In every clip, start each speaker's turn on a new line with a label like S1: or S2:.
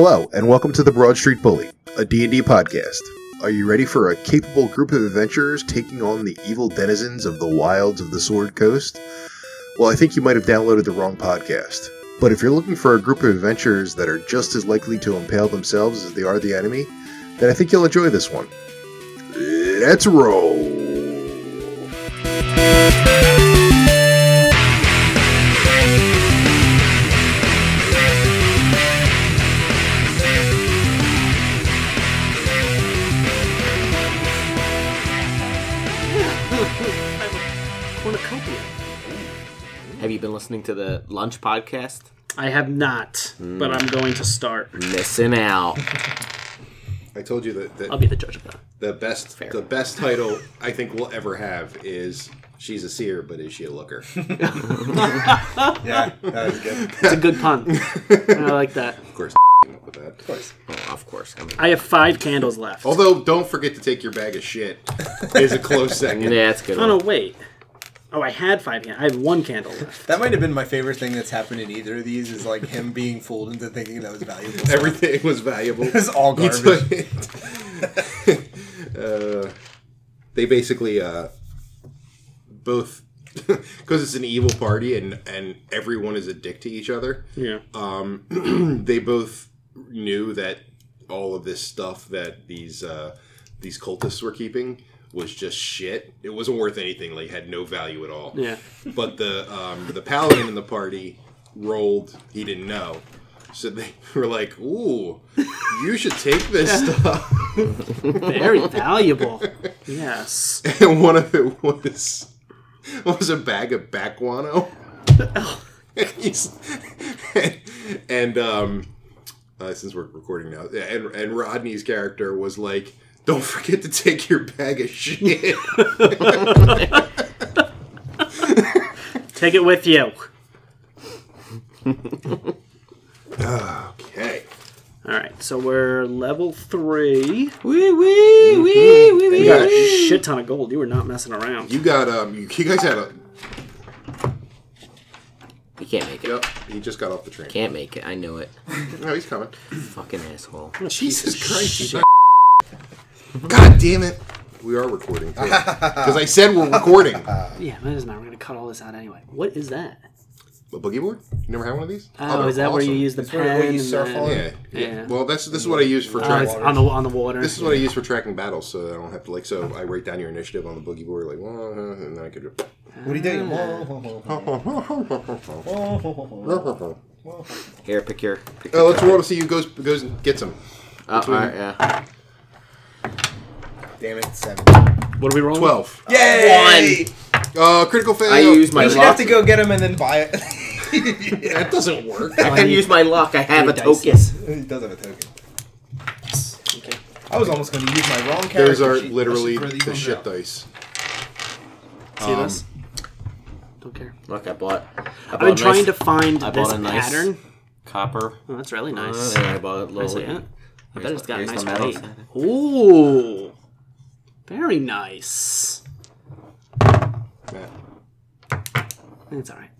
S1: welcome to the Broad Street Bully, a D&D podcast. Are you ready for a capable group of adventurers taking on the evil denizens of the wilds of the Sword Coast? Well, I think you might have downloaded the wrong podcast. But if you're looking for a group of adventurers that are just as likely to impale themselves as they are the enemy, then I think you'll enjoy this one. Let's roll.
S2: cornucopia.
S3: Have you been listening to the lunch podcast?
S2: I have not, but I'm going to start.
S3: Missing out.
S4: I told you that
S2: I'll
S4: the,
S2: be the judge of that.
S4: the best the best title I think we'll ever have is she's a seer, but is she a looker? of
S5: Yeah, that is good.
S2: It's a good pun. I like that.
S4: course, up with that. Of course.
S3: Oh, of course. I mean,
S2: I have five candles left. Oh,
S4: Although, don't forget to take your bag of shit. Is a close second.
S3: yeah, that's a good.
S2: no,
S3: One.
S2: wait. Oh, I had five candles. I have one candle left.
S5: That might have been my favorite thing that's happened in either of these is like him being fooled into thinking that was valuable. stuff.
S4: Everything was valuable.
S5: It's all
S4: He
S5: garbage.
S4: took it. uh, they basically uh, both because it's an evil party and and everyone is a dick to each other.
S2: Yeah.
S4: they both knew that all of this stuff that these uh, these cultists were keeping was just shit. It wasn't worth anything. Like had no value at all.
S2: Yeah.
S4: But the um, the paladin in the party rolled. He didn't know. So they were like, "Ooh, you should take this stuff."
S2: Very valuable. Yes.
S4: And one of it was was a bag of baguano. He's- and um, uh, since we're recording now, and and Rodney's character was like, "Don't forget to take your bag of shit."
S2: Take it with you.
S4: okay,
S2: All right, so we're level three.
S3: Wee wee wee wee
S4: you
S3: wee.
S4: got,
S2: Shit ton of gold. You were not messing around.
S4: you got um, you, you guys had a
S3: You can't make it.
S4: yep. He just got off the train.
S3: Can't make it. I knew it.
S4: No, he's coming.
S3: Fucking asshole.
S4: Jesus Christ! he's not- God damn it! We are recording because I said we're recording. A
S2: Yeah, that is not. We're gonna cut all this out anyway. What is that?
S4: boogie board? You never had one of these?
S2: Oh,
S4: they're
S2: is that where you
S4: awesome.
S2: use the
S5: where- where
S2: pen?
S5: you
S2: and
S5: surf
S2: then-
S5: on?
S4: Yeah, yeah.
S2: Yeah.
S4: Well, that's this is what I use for
S2: Oh,
S4: tracking.
S2: it's on the on the water.
S4: this is what I use for tracking battles, so that I don't have to like. So I write down your initiative on the boogie board, like, "Whoa," and then I could.
S5: What are you doing? Whoa, whoa, whoa, whoa,
S4: oh,
S5: whoa, whoa, whoa, whoa.
S3: Here, pick your. Pick your
S4: Uh, let's
S3: card.
S4: roll to see who goes goes and gets them.
S3: Oh, all right, yeah.
S5: Damn it, seven.
S2: What are we rolling?
S4: Twelve.
S5: Yay! One.
S4: Uh, critical fail.
S3: I use my
S5: You should have
S3: luck.
S5: to go get him and then buy it. yeah,
S4: That doesn't work.
S3: I can use my luck. I have a token.
S5: he does have a token.
S2: Okay.
S5: I was almost going to use my wrong character.
S4: Those are
S5: sheet. I
S4: literally
S5: should throw these
S4: the
S5: ones
S4: shit
S5: out.
S4: dice.
S2: See this? Don't care.
S3: Look, I bought. I bought
S2: I've been trying to
S3: nice
S2: find
S3: I bought
S2: this
S3: a nice-
S2: pattern.
S3: copper.
S2: Oh, that's really
S3: Uh,
S2: nice.
S3: and I bought a
S2: Nicely
S3: little.
S2: done. I bet
S3: Here's
S2: it's got a
S3: the-
S2: nice
S3: here's the metal
S2: blade.
S3: side.
S2: Ooh, very nice.
S4: Matt.
S2: It's all right.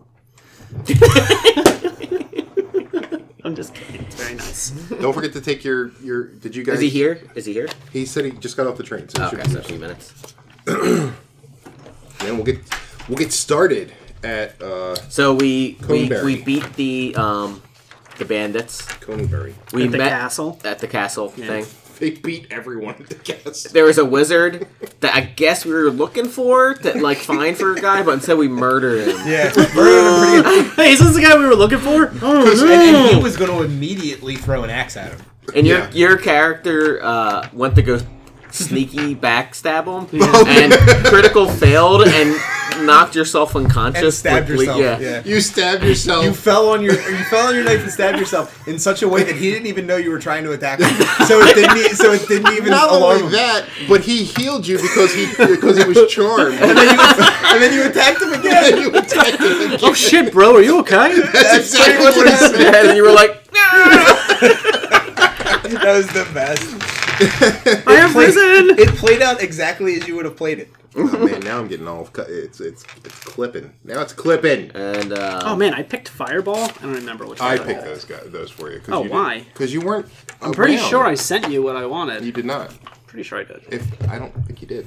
S2: I'm just kidding. It's very nice.
S4: Don't forget to take your your. Did you guys?
S3: Is he here? Is he here?
S4: He said he just got off the train, so he
S3: Okay,
S4: should
S3: so a
S4: be
S3: few
S4: here.
S3: minutes.
S4: And we'll get we'll get started at uh,
S3: So we we,
S4: Coneberry.
S3: we beat the um the bandits.
S4: Coneybury.
S3: We
S2: At the
S3: met
S2: castle.
S3: at the castle
S2: Yeah.
S3: thing.
S4: They beat everyone at the cast.
S3: There was a wizard that I guess we were looking for to like find for a guy, but instead we murdered him.
S5: Yeah, Burn him pretty-
S2: Hey, is this the guy we were looking for? Oh,
S5: and, and he was going to immediately throw an axe at him.
S3: And your
S4: Yeah.
S3: your character uh, went to go sneaky backstab him
S5: Oh,
S3: and critical failed and knocked yourself unconscious.
S5: And stabbed
S3: with-
S5: yourself. yeah.
S4: You stabbed yourself.
S5: You fell on your you fell on your knife and stabbed yourself in such a way that he didn't even know you were trying to attack him. So it didn't e- so it didn't even
S4: Not
S5: alarm
S4: only
S5: him.
S4: that, but he healed you because he because he was charmed.
S5: And then, you, and then you attacked him again.
S4: you attacked him again.
S2: oh shit, bro, are you okay?
S4: That's exactly what happened.
S3: "Ah!" and you were like, "No!"
S5: That was the best.
S2: I have risen.
S5: It played out exactly as you would have played it.
S4: Oh, man, now I'm getting all cu- it's it's it's clipping. Now it's clipping.
S3: And uh,
S2: Oh man, I picked Fireball. I don't remember which.
S4: I
S2: one
S4: picked those guys those for you.
S2: Oh, why?
S4: Because you weren't.
S2: I'm pretty sure I sent you what I wanted.
S4: You did not.
S2: pretty sure I did.
S4: If I don't think you did,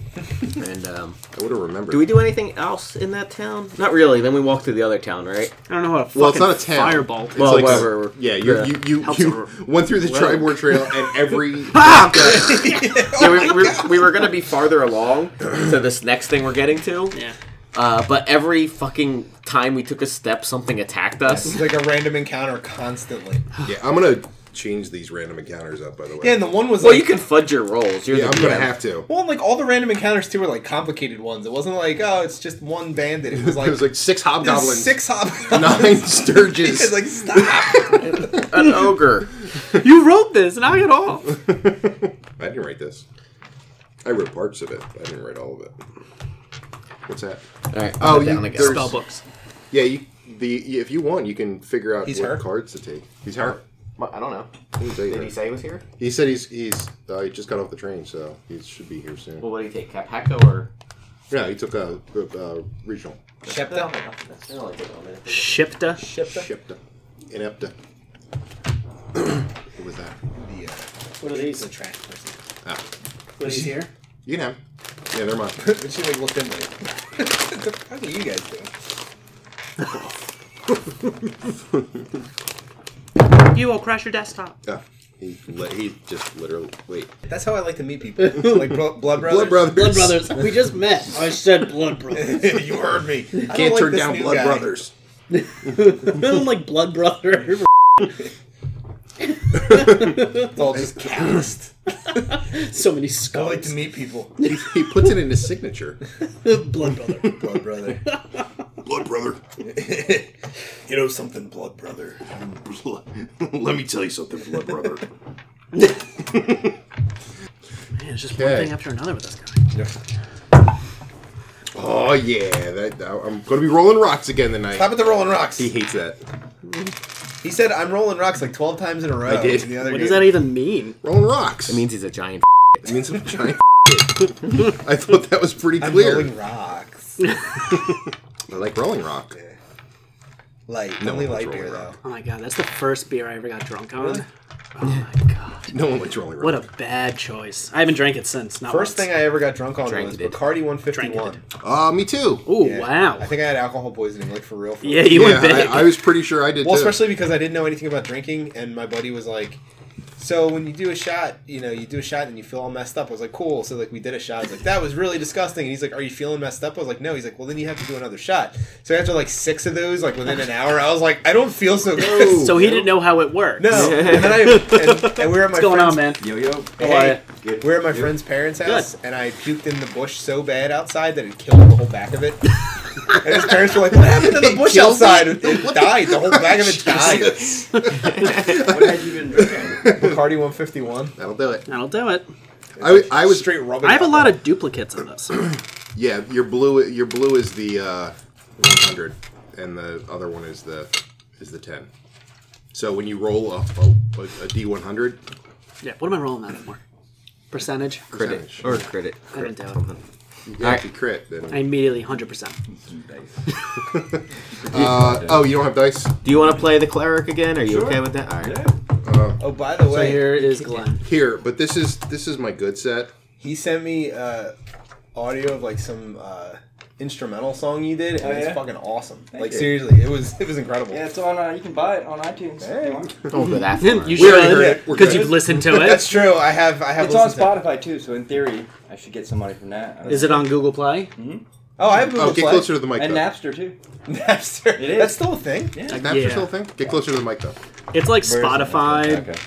S3: and um,
S4: I would have remembered.
S3: do we do anything else in that town? Not really. Then we walk to the other town, right?
S2: I don't know how to.
S4: Well, it's
S2: fucking
S4: not a town.
S2: Fireball.
S4: It's
S3: Well,
S4: like-
S3: whatever.
S4: Yeah, you
S3: Yeah.
S4: you you,
S2: Helps
S4: you
S2: her.
S4: went through the Tribor Trail and every
S5: Oh,
S3: yeah, we, we, we were gonna be farther along to this next thing we're getting to.
S2: yeah.
S3: Uh, but every fucking time we took a step, something attacked us.
S5: It's like a random encounter constantly.
S4: yeah. I'm gonna change these random encounters up. By the way,
S5: Yeah, and the one was
S3: Well,
S5: like,
S3: you can fudge your rolls. You're
S4: yeah,
S3: the
S4: I'm gonna
S3: DM.
S4: have to.
S5: well, like all the random encounters too were like complicated ones. It wasn't like oh, it's just one bandit. It was like,
S4: it was like six
S5: it was
S4: hobgoblins,
S5: six
S4: nine
S5: hobgoblins.
S4: sturges.
S5: It's like stop.
S3: an ogre.
S2: You wrote this, knock it off.
S4: I didn't write this. I wrote parts of it. I didn't write all of it. What's that?
S3: All right,
S4: Oh,
S3: oh,
S4: you-
S3: down again.
S4: there's-
S2: Spell books.
S4: Yeah, you, the if you want, you can figure out
S5: He's
S4: what
S5: her? Oh.
S4: cards to take. He's her.
S3: I don't know.
S4: I didn't tell you that.
S3: say he was here?
S4: He said he's he's uh, he just got off the train, so he should be here soon.
S3: Well, what do you take, Capacco or?
S4: Yeah, he took a, a, a regional.
S5: Shepta.
S2: Shipta.
S5: Shepta.
S4: Shepta. Inepta. what was that?
S5: The, uh,
S2: What are these?
S5: the trash person.
S4: Ah,
S2: What are these here?
S4: you know. Yeah, never mind.
S5: But she like looked in like, what the fuck are you guys doing?
S2: You will crash your desktop.
S4: Ah, he li- he just literally wait.
S5: That's how I like to meet people. Like bro- blood brothers.
S4: Blood brothers.
S6: Blood Brothers. We just met. I said Blood Brothers.
S5: you heard me. I don't
S4: Can't
S5: like
S4: turn
S5: this
S4: down
S5: new
S4: Blood
S5: guy.
S4: Brothers.
S6: I don't like Blood Brother.
S5: It's all just calloused.
S6: so many
S5: I like
S6: skulls.
S5: to meet people.
S4: He, he puts it in his signature.
S6: Blood Brother.
S5: Blood brother.
S4: Blood brother.
S5: you know something, blood brother.
S4: Let me tell you something, blood brother.
S2: Man, it's just one
S4: Okay.
S2: thing after another with this guy.
S4: Oh yeah, that, I'm gonna be rolling rocks again tonight.
S5: Stop at the rolling rocks.
S4: He hates that.
S5: He said I'm rolling rocks like 12 times in a row.
S4: I did.
S5: in The other
S2: What
S5: game.
S2: does that even mean?
S4: Rolling rocks.
S3: Means he's a giant.
S4: it means I'm giant. I thought that was pretty
S5: I'm
S4: clear.
S5: rolling rocks.
S4: I like rolling rock.
S5: Light.
S4: No
S5: only
S4: one was
S5: light beer
S4: rolling
S5: though.
S4: rock.
S2: Oh my god, that's the first beer I ever got drunk on. Oh my god.
S4: No one likes rolling rock.
S2: What a bad choice. I haven't drank it since. Not
S5: First
S2: once.
S5: thing I ever got drunk on
S3: Drank
S5: was
S3: it.
S5: Bacardi
S2: Drank
S5: 151.
S4: Uh, me too.
S2: Oh
S5: Yeah.
S2: wow.
S5: I think I had alcohol poisoning, like for real. For
S2: yeah,
S5: real.
S2: you
S4: yeah,
S2: went big.
S4: I, I was pretty sure I did
S5: Well,
S4: too.
S5: especially because I didn't know anything about drinking, and my buddy was like, "So when you do a shot, you know, you do a shot and you feel all messed up." I was like, "Cool." So like we did a shot. I was like, "That was really disgusting." And he's like, "Are you feeling messed up?" I was like, "No." He's like, "Well, then you have to do another shot." So after like six of those, like within an hour, I was like, "I don't feel so good."
S2: so he didn't know how it worked.
S5: No, and then I and, and we were at my
S2: What's going on,
S5: friend's,
S2: man?
S4: yo yo.
S5: Hey,
S4: Good.
S5: we were at my friend's parents' house, and I puked in the bush so bad outside that it killed the whole back of it. and his parents were like, "What happened to the
S4: It
S5: bush
S4: killed
S5: outside?
S4: it?
S5: It died. The whole back of it died."
S3: what had you been drinking?
S5: Bacardi 151.
S4: That'll do it.
S2: That'll do it.
S4: I, I was
S5: straight rubbing.
S2: I have a lot of duplicates of this.
S4: Yeah, your blue your blue is the uh, 100, and the other one is the is the 10. So when you roll a, a, a D100,
S2: Yeah, what am I rolling that for? Percentage?
S3: Credit
S4: Percentage.
S3: or credit?
S2: I don't doubt it.
S3: Something.
S4: you actually crit. Then.
S2: I immediately 100%.
S4: Uh, oh, you don't have dice.
S3: Do you want to play the cleric again? Are you okay with that? All right.
S5: Oh, by the
S2: So
S5: way,
S2: here is Glenn.
S4: Here, but this is this is my good set.
S5: he sent me uh, audio of like some uh, instrumental song you did, and it's
S7: Oh, yeah?
S5: fucking awesome. like
S7: you.
S5: seriously, it was it was incredible.
S7: Yeah, it's on. Uh, you can buy it on iTunes. if
S5: Hey.
S7: you want.
S2: Oh,
S3: Don't go that far.
S2: You
S4: We already heard
S2: should,
S4: it. We're
S2: because
S4: good.
S2: you've listened to
S5: That's
S2: it.
S5: true. I have I have.
S7: It's on
S5: listened to it.
S7: Spotify too, so in theory, I should get some money from that. I don't
S2: Is
S7: know.
S2: it on Google Play?
S5: Oh, I have Google
S4: Oh, get
S5: Play.
S4: closer to the mic.
S7: And
S4: though.
S7: Napster too.
S5: Napster.
S7: It is.
S5: That's still a thing.
S7: Yeah.
S4: Is Napster
S2: Yeah.
S4: still a thing? Get closer to the mic though.
S2: It's like
S7: Where is it?
S2: Spotify.
S7: Okay.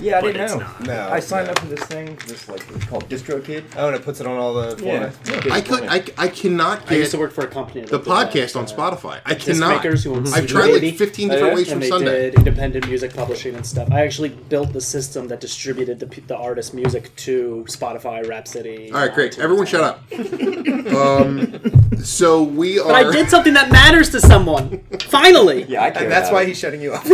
S7: Yeah, I
S2: But
S7: didn't
S2: it's
S7: know.
S2: not.
S5: No,
S7: I signed
S5: no.
S7: up for this thing. This like it's called DistroKid.
S5: Oh, and it puts it on all the.
S7: Yeah.
S5: formats.
S4: I could I, I cannot
S2: I
S4: get
S2: used to work uh, for a company.
S4: the podcast on Spotify. I cannot.
S2: makers who own
S4: I've tried like
S2: Unity.
S4: 15 different ways
S2: Oh, and
S4: from
S2: they
S4: Sunday.
S2: did independent music publishing and stuff. I actually built the system that distributed the, pe- the artist's music to Spotify, Rhapsody.
S4: All right, great.
S2: iTunes.
S4: Everyone, shut up. um, so we are.
S2: But I did something that matters to someone. Finally.
S7: Yeah, I care
S5: And that's
S7: about
S5: why
S7: it.
S5: he's shutting you up.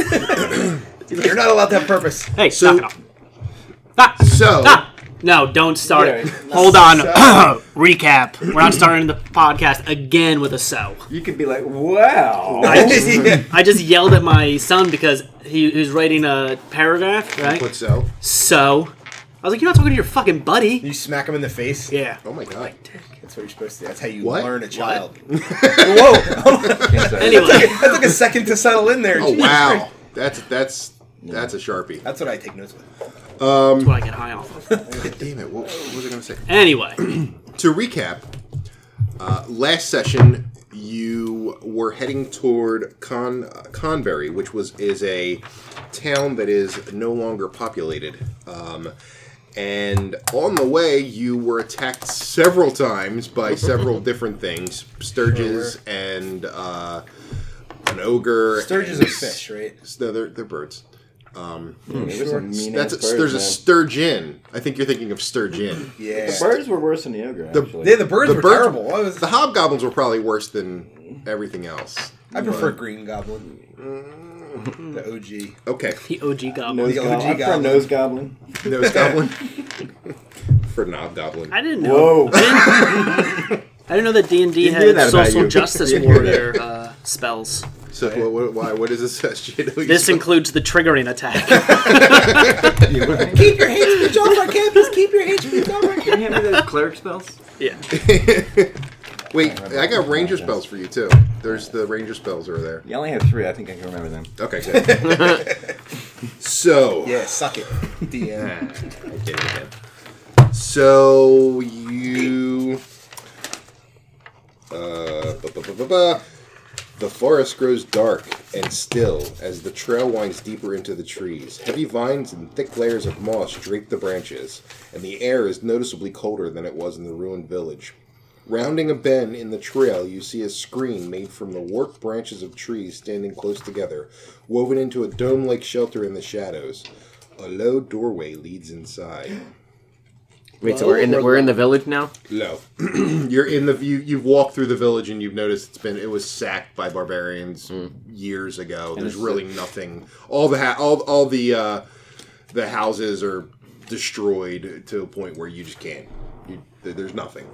S5: You're not allowed to have purpose.
S2: Hey,
S4: So-
S2: knock it off. Ah,
S4: So
S2: Ah! No, don't start it.
S7: Yeah,
S2: Hold on.
S5: so-
S2: Recap. We're not starting the podcast again with a so.
S7: You could be like, wow.
S5: Yeah.
S2: I just yelled at my son because he, he was writing a paragraph, right?
S4: What so?
S2: So, I was like, "You're not talking to your fucking buddy."
S5: You smack him in the face.
S2: Yeah.
S4: Oh my god.
S5: That's what you're supposed to. do. That's how you
S4: What?
S5: learn a child.
S2: Anyway,
S5: that took a second to settle in there.
S4: Oh
S5: Jesus Christ.
S4: wow. That's that's that's a sharpie.
S5: That's what I take notes with.
S2: that's what I get high off. of.
S4: God damn it. What, what was I going to say?
S2: Anyway,
S4: To recap, uh, last session you were heading toward Con uh, Conbury, which was is a town that is no longer populated. Um, and on the way, you were attacked several times by several different things: sturges and uh, an ogre.
S5: Sturges
S4: and-
S5: are fish, right?
S4: No, they're, they're birds.
S7: There's some mean
S4: That's
S7: ass birds,
S4: a, there's a
S7: man.
S4: sturgeon. I think you're thinking of sturgeon.
S5: Yeah.
S7: The birds were worse than the ogre. Actually.
S5: Yeah, the birds
S4: The
S5: were
S4: birds-
S5: terrible. I, was,
S4: The hobgoblins were probably worse than everything else.
S5: I prefer Green Goblin.
S4: Mm-hmm.
S5: The OG.
S4: Okay,
S2: the OG goblin.
S7: nose
S5: the
S7: goblin.
S5: OG
S7: I'm for
S5: goblin.
S7: nose goblin.
S4: nose goblin for knob goblin.
S2: I didn't know.
S7: Whoa.
S2: I didn't know that D and D
S7: You knew
S2: had
S7: that about
S2: social
S7: you.
S2: justice
S7: You knew
S2: warrior uh, spells.
S4: So what, what, why? What is this? SJW
S2: This
S4: spell?
S2: includes the triggering attack.
S5: Keep your HP off our campus. Keep your HP off our campus.
S3: Can you hand me those cleric spells?
S2: Yeah.
S4: Wait, I got ranger spells for you too. There's the ranger spells are there.
S7: You only have three. I think I can remember them.
S4: Okay, good. so
S5: Yeah, suck it. DM.
S4: I did it again. So you. Uh, ba- ba- ba- ba- ba. The forest grows dark and still as the trail winds deeper into the trees. Heavy vines and thick layers of moss drape the branches, and the air is noticeably colder than it was in the ruined village. Rounding a bend in the trail, you see a screen made from the warped branches of trees standing close together, woven into a dome like shelter in the shadows. A low doorway leads inside.
S3: Wait, so we're in the, we're in the village now.
S4: Low. You're in the you, you've walked through the village and you've noticed it's been it was sacked by barbarians years ago. There's
S7: it's-
S4: really nothing. All the ha- all all the uh, the houses are destroyed to a point where you just can't. You, there- there's nothing.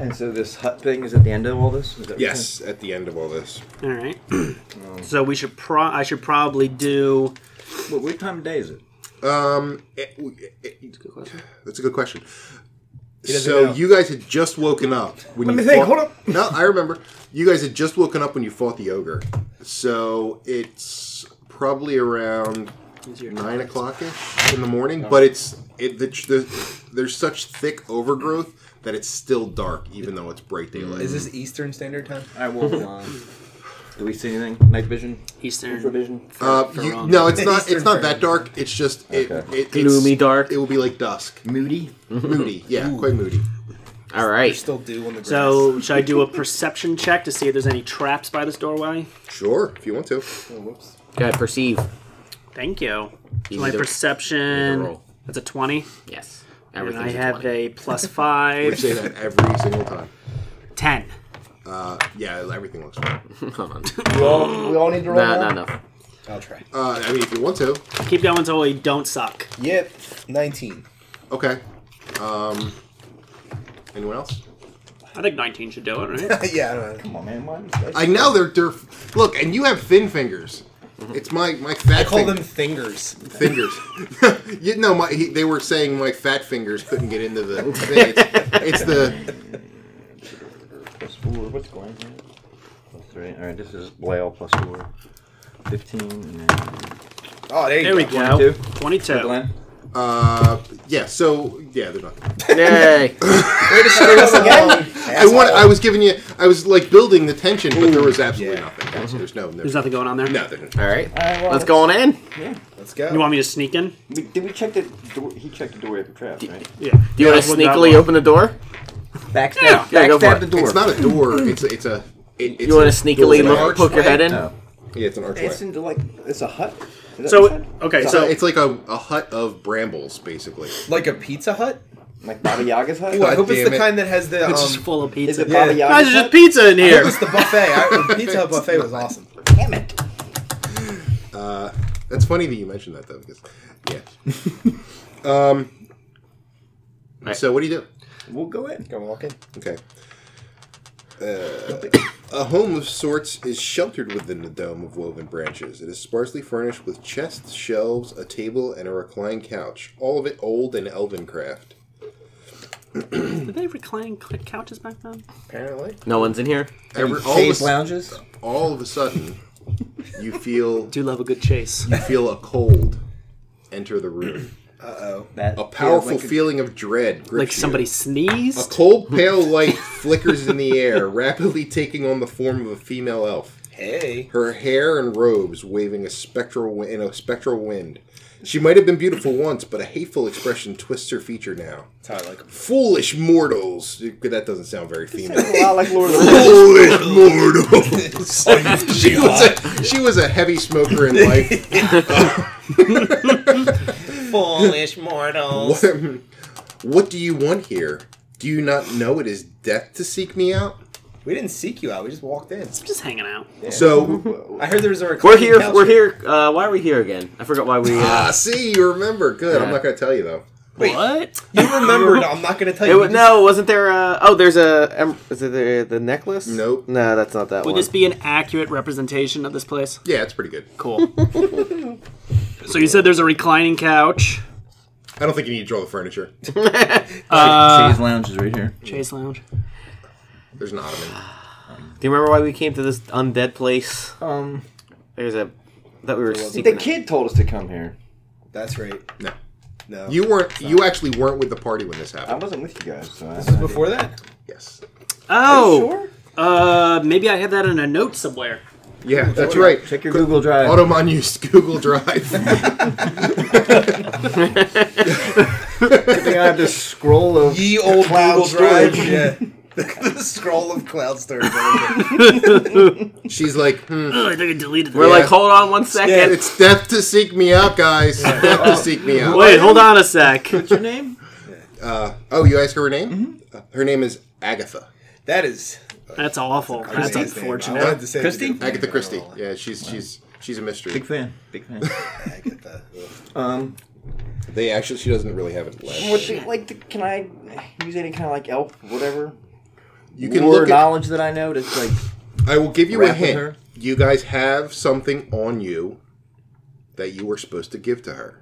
S7: And so this hut thing is at the end of all this. Is that what you're saying?
S4: Yes, at the end of all this,
S2: All right. So we should pro. I should probably do.
S7: What, what time of day is it?
S4: It- it- eh, that's a good question.
S5: doesn't
S4: So
S5: know.
S4: you guys had just woken up when
S7: Let
S4: you
S7: me think,
S4: fought-
S7: hold up.
S4: No, I remember. You guys had just woken up when you fought the ogre. So it's probably around nine o'clock in the morning. But it's it the, the there's such thick overgrowth that it's still dark, even though it's bright daylight.
S5: Is this Eastern Standard Time?
S7: I will. Um, do we see anything? Night vision.
S2: Eastern.
S7: vision.
S4: Uh,
S2: for
S4: you-
S2: wrong?
S4: no, it's not.
S5: Eastern
S4: It's not that
S5: Fairground.
S4: dark. It's just it,
S7: Okay.
S4: it, it's,
S3: Gloomy dark.
S4: It will be like dusk,
S7: Moody.
S4: moody. Yeah, quite moody.
S3: All
S5: There's
S3: right.
S5: still dew on the grass.
S2: So should I do a perception check to see if there's any traps by this doorway?
S4: Sure, if you want to.
S3: Okay, perceive.
S2: Thank you. So
S3: You
S2: my
S3: need a- need a
S2: perception.
S3: roll.
S2: That's a twenty.
S3: Yes.
S2: And
S3: Everything's
S2: I
S3: a
S2: have
S3: 20.
S2: a plus
S4: We
S2: five.
S4: say that every single time.
S2: ten.
S4: Uh, yeah, everything looks fine.
S3: Come on.
S7: We all, we all need to roll.
S3: No,
S7: now?
S3: no, no.
S5: I'll try.
S4: Uh, I mean, if you want to,
S2: Keep going until we don't suck.
S5: Yep. 19.
S4: okay. Um, anyone else?
S2: I think nineteen should do it, right?
S5: yeah, I don't know.
S7: Come on, man. Why is
S4: I know they're, they're look, and you have thin fingers. It's my my fat.
S5: I call
S4: fing-
S5: them fingers.
S4: fingers. you know, my he, they were saying my fat fingers couldn't get into the. Thing. It's, it's the
S7: plus four? What's going on? here? Plus three. All right, this is Blail plus four. Fifteen. And then
S5: Oh, there you
S2: There
S5: go.
S2: we go.
S7: 22.
S2: Twenty-two.
S7: Glenn.
S4: uh yeah. So yeah, they're not.
S3: Yay.
S4: I want. I was giving you. I was like building the tension, but there was absolutely
S5: yeah.
S4: nothing. There's, there's no.
S2: There's
S4: There's
S2: nothing going on there.
S4: no. Mm-hmm. There's
S3: All
S4: no.
S3: right.
S7: All right, well,
S3: Let's go on in.
S5: Let's go.
S2: You want me to sneak in?
S7: We, did we check the door? He checked the doorway for traps, right?
S2: Yeah.
S3: Do you want to sneakily open the door?
S7: Backstab.
S2: Yeah.
S3: Yeah, go for
S7: backstab
S3: it.
S7: the door.
S4: It's not a door. It's a, it's a. It, it's
S3: You want
S4: a
S3: to sneakily
S4: doorway.
S3: look, poke your head in?
S7: No.
S4: Yeah, it's an archway.
S7: It's into like it's a hut. Is that what you
S2: So
S7: said?
S2: okay,
S4: So
S2: so
S4: it's like a, a hut of brambles, basically.
S5: Like a Pizza Hut?
S7: like Baba Yaga's hut.
S5: Ooh, I hope it's
S4: damn
S5: the
S4: it.
S5: kind that has the. Um,
S2: it's just full of
S7: Is
S2: pizza.
S7: it Baba
S5: Yeah.
S2: Guys,
S7: Yaga's
S2: there's just
S7: hut?
S2: pizza in here.
S5: It's the buffet. I, the Pizza Hut buffet was awesome.
S7: Damn it!
S4: That's funny that you mentioned that, though, because Yeah. um. So what do you do?
S7: We'll go in.
S5: Go walk in.
S4: Okay. Uh, a home of sorts is sheltered within the dome of woven branches. It is sparsely furnished with chests, shelves, a table, and a reclined couch. All of it old and elven craft.
S2: Did they recline cou- couches back then?
S5: Apparently.
S3: No one's in here.
S4: Every, all, of
S7: Cave
S4: a,
S7: lounges.
S4: all of a sudden, you feel
S2: Do love a good chase.
S4: you feel a cold enter the room.
S7: That
S4: A powerful
S7: feels like
S4: feeling of dread grips
S2: like
S4: you.
S2: somebody
S4: A
S2: sneezed.
S4: cold, pale light flickers in the air, rapidly taking on the form of a female elf.
S5: Hey.
S4: her hair and robes waving a spectral wi- in a spectral wind. She might have been beautiful once, but a hateful expression twists her feature now.
S5: That's how I like 'em.
S4: Foolish mortals. That doesn't sound very female.
S8: a lot like Lord of the Rings.
S4: Foolish mortals. she was a she was a heavy smoker in life.
S5: Foolish mortals.
S4: What, what do you want here? Do you not know it is death to seek me out?
S5: We didn't seek you out. We just walked in.
S2: Just hanging out.
S4: So
S5: I heard there was a
S3: We're
S5: reclining
S3: here.
S5: couch
S3: We're here. Uh, why are we here again? I forgot why we. Uh,
S4: ah, see, you remember. Good. I'm not going to tell you though.
S5: Wait.
S2: What?
S5: You remembered. I'm not going to tell
S3: it
S5: you.
S3: wa- no, wasn't there? A, oh, there's a. em- Is it the, the necklace?
S4: Nope.
S3: No, that's not that
S2: Would
S3: one.
S2: this be an accurate representation of this place?
S4: Yeah, it's pretty good.
S2: Cool. so you said there's a reclining couch,
S4: I don't think you need to draw the furniture.
S7: Cave Uh, lounge is right here.
S2: chase lounge.
S4: There's an ottoman.
S3: Do you remember why we came to this undead place?
S7: Um,
S3: There's a that we were
S7: the
S3: seeking.
S7: kid told us to come here.
S5: That's right.
S4: No.
S5: No.
S4: You weren't. You actually weren't with the party when this
S7: I
S4: happened.
S7: wasn't with you guys. So
S5: This was before that?
S4: Yes.
S2: Oh,
S5: Sure.
S2: uh, maybe I had that in a note somewhere.
S4: Yeah, that's right.
S7: Check your Google Drive.
S4: Automon used Google Drive.
S7: I think I have this scroll of
S5: Ye old Google
S7: storage.
S5: Drive. Yeah. the scroll of cloud storage.
S4: She's like, hmm,
S2: Oh, I think I deleted
S3: We're
S2: it.
S3: like, hold on one second.
S4: yeah, it's death to seek me out, guys. Death to seek me out.
S2: Oh. Wait, hold on a sec.
S7: your name?
S4: Oh, you ask her her name?
S2: Mm-hmm.
S4: Uh, her name is Agatha.
S5: That is.
S2: That's awful. That's
S5: Christie's name.
S2: unfortunate.
S5: I wanted to say
S7: Christie?
S5: the-
S4: Agatha Christie. Yeah, she's she's she's a mystery.
S7: Big fan. Big fan.
S5: Agatha.
S7: Um,
S4: They actually, she doesn't really have a last.
S7: what the, like, the, can I use any kind of like elf, whatever?
S4: You can
S7: lore
S4: look. At,
S7: knowledge that I know to like
S4: I will give you a
S7: Rap with
S4: hint.
S7: her?
S4: You guys have something on you that you were supposed to give to her.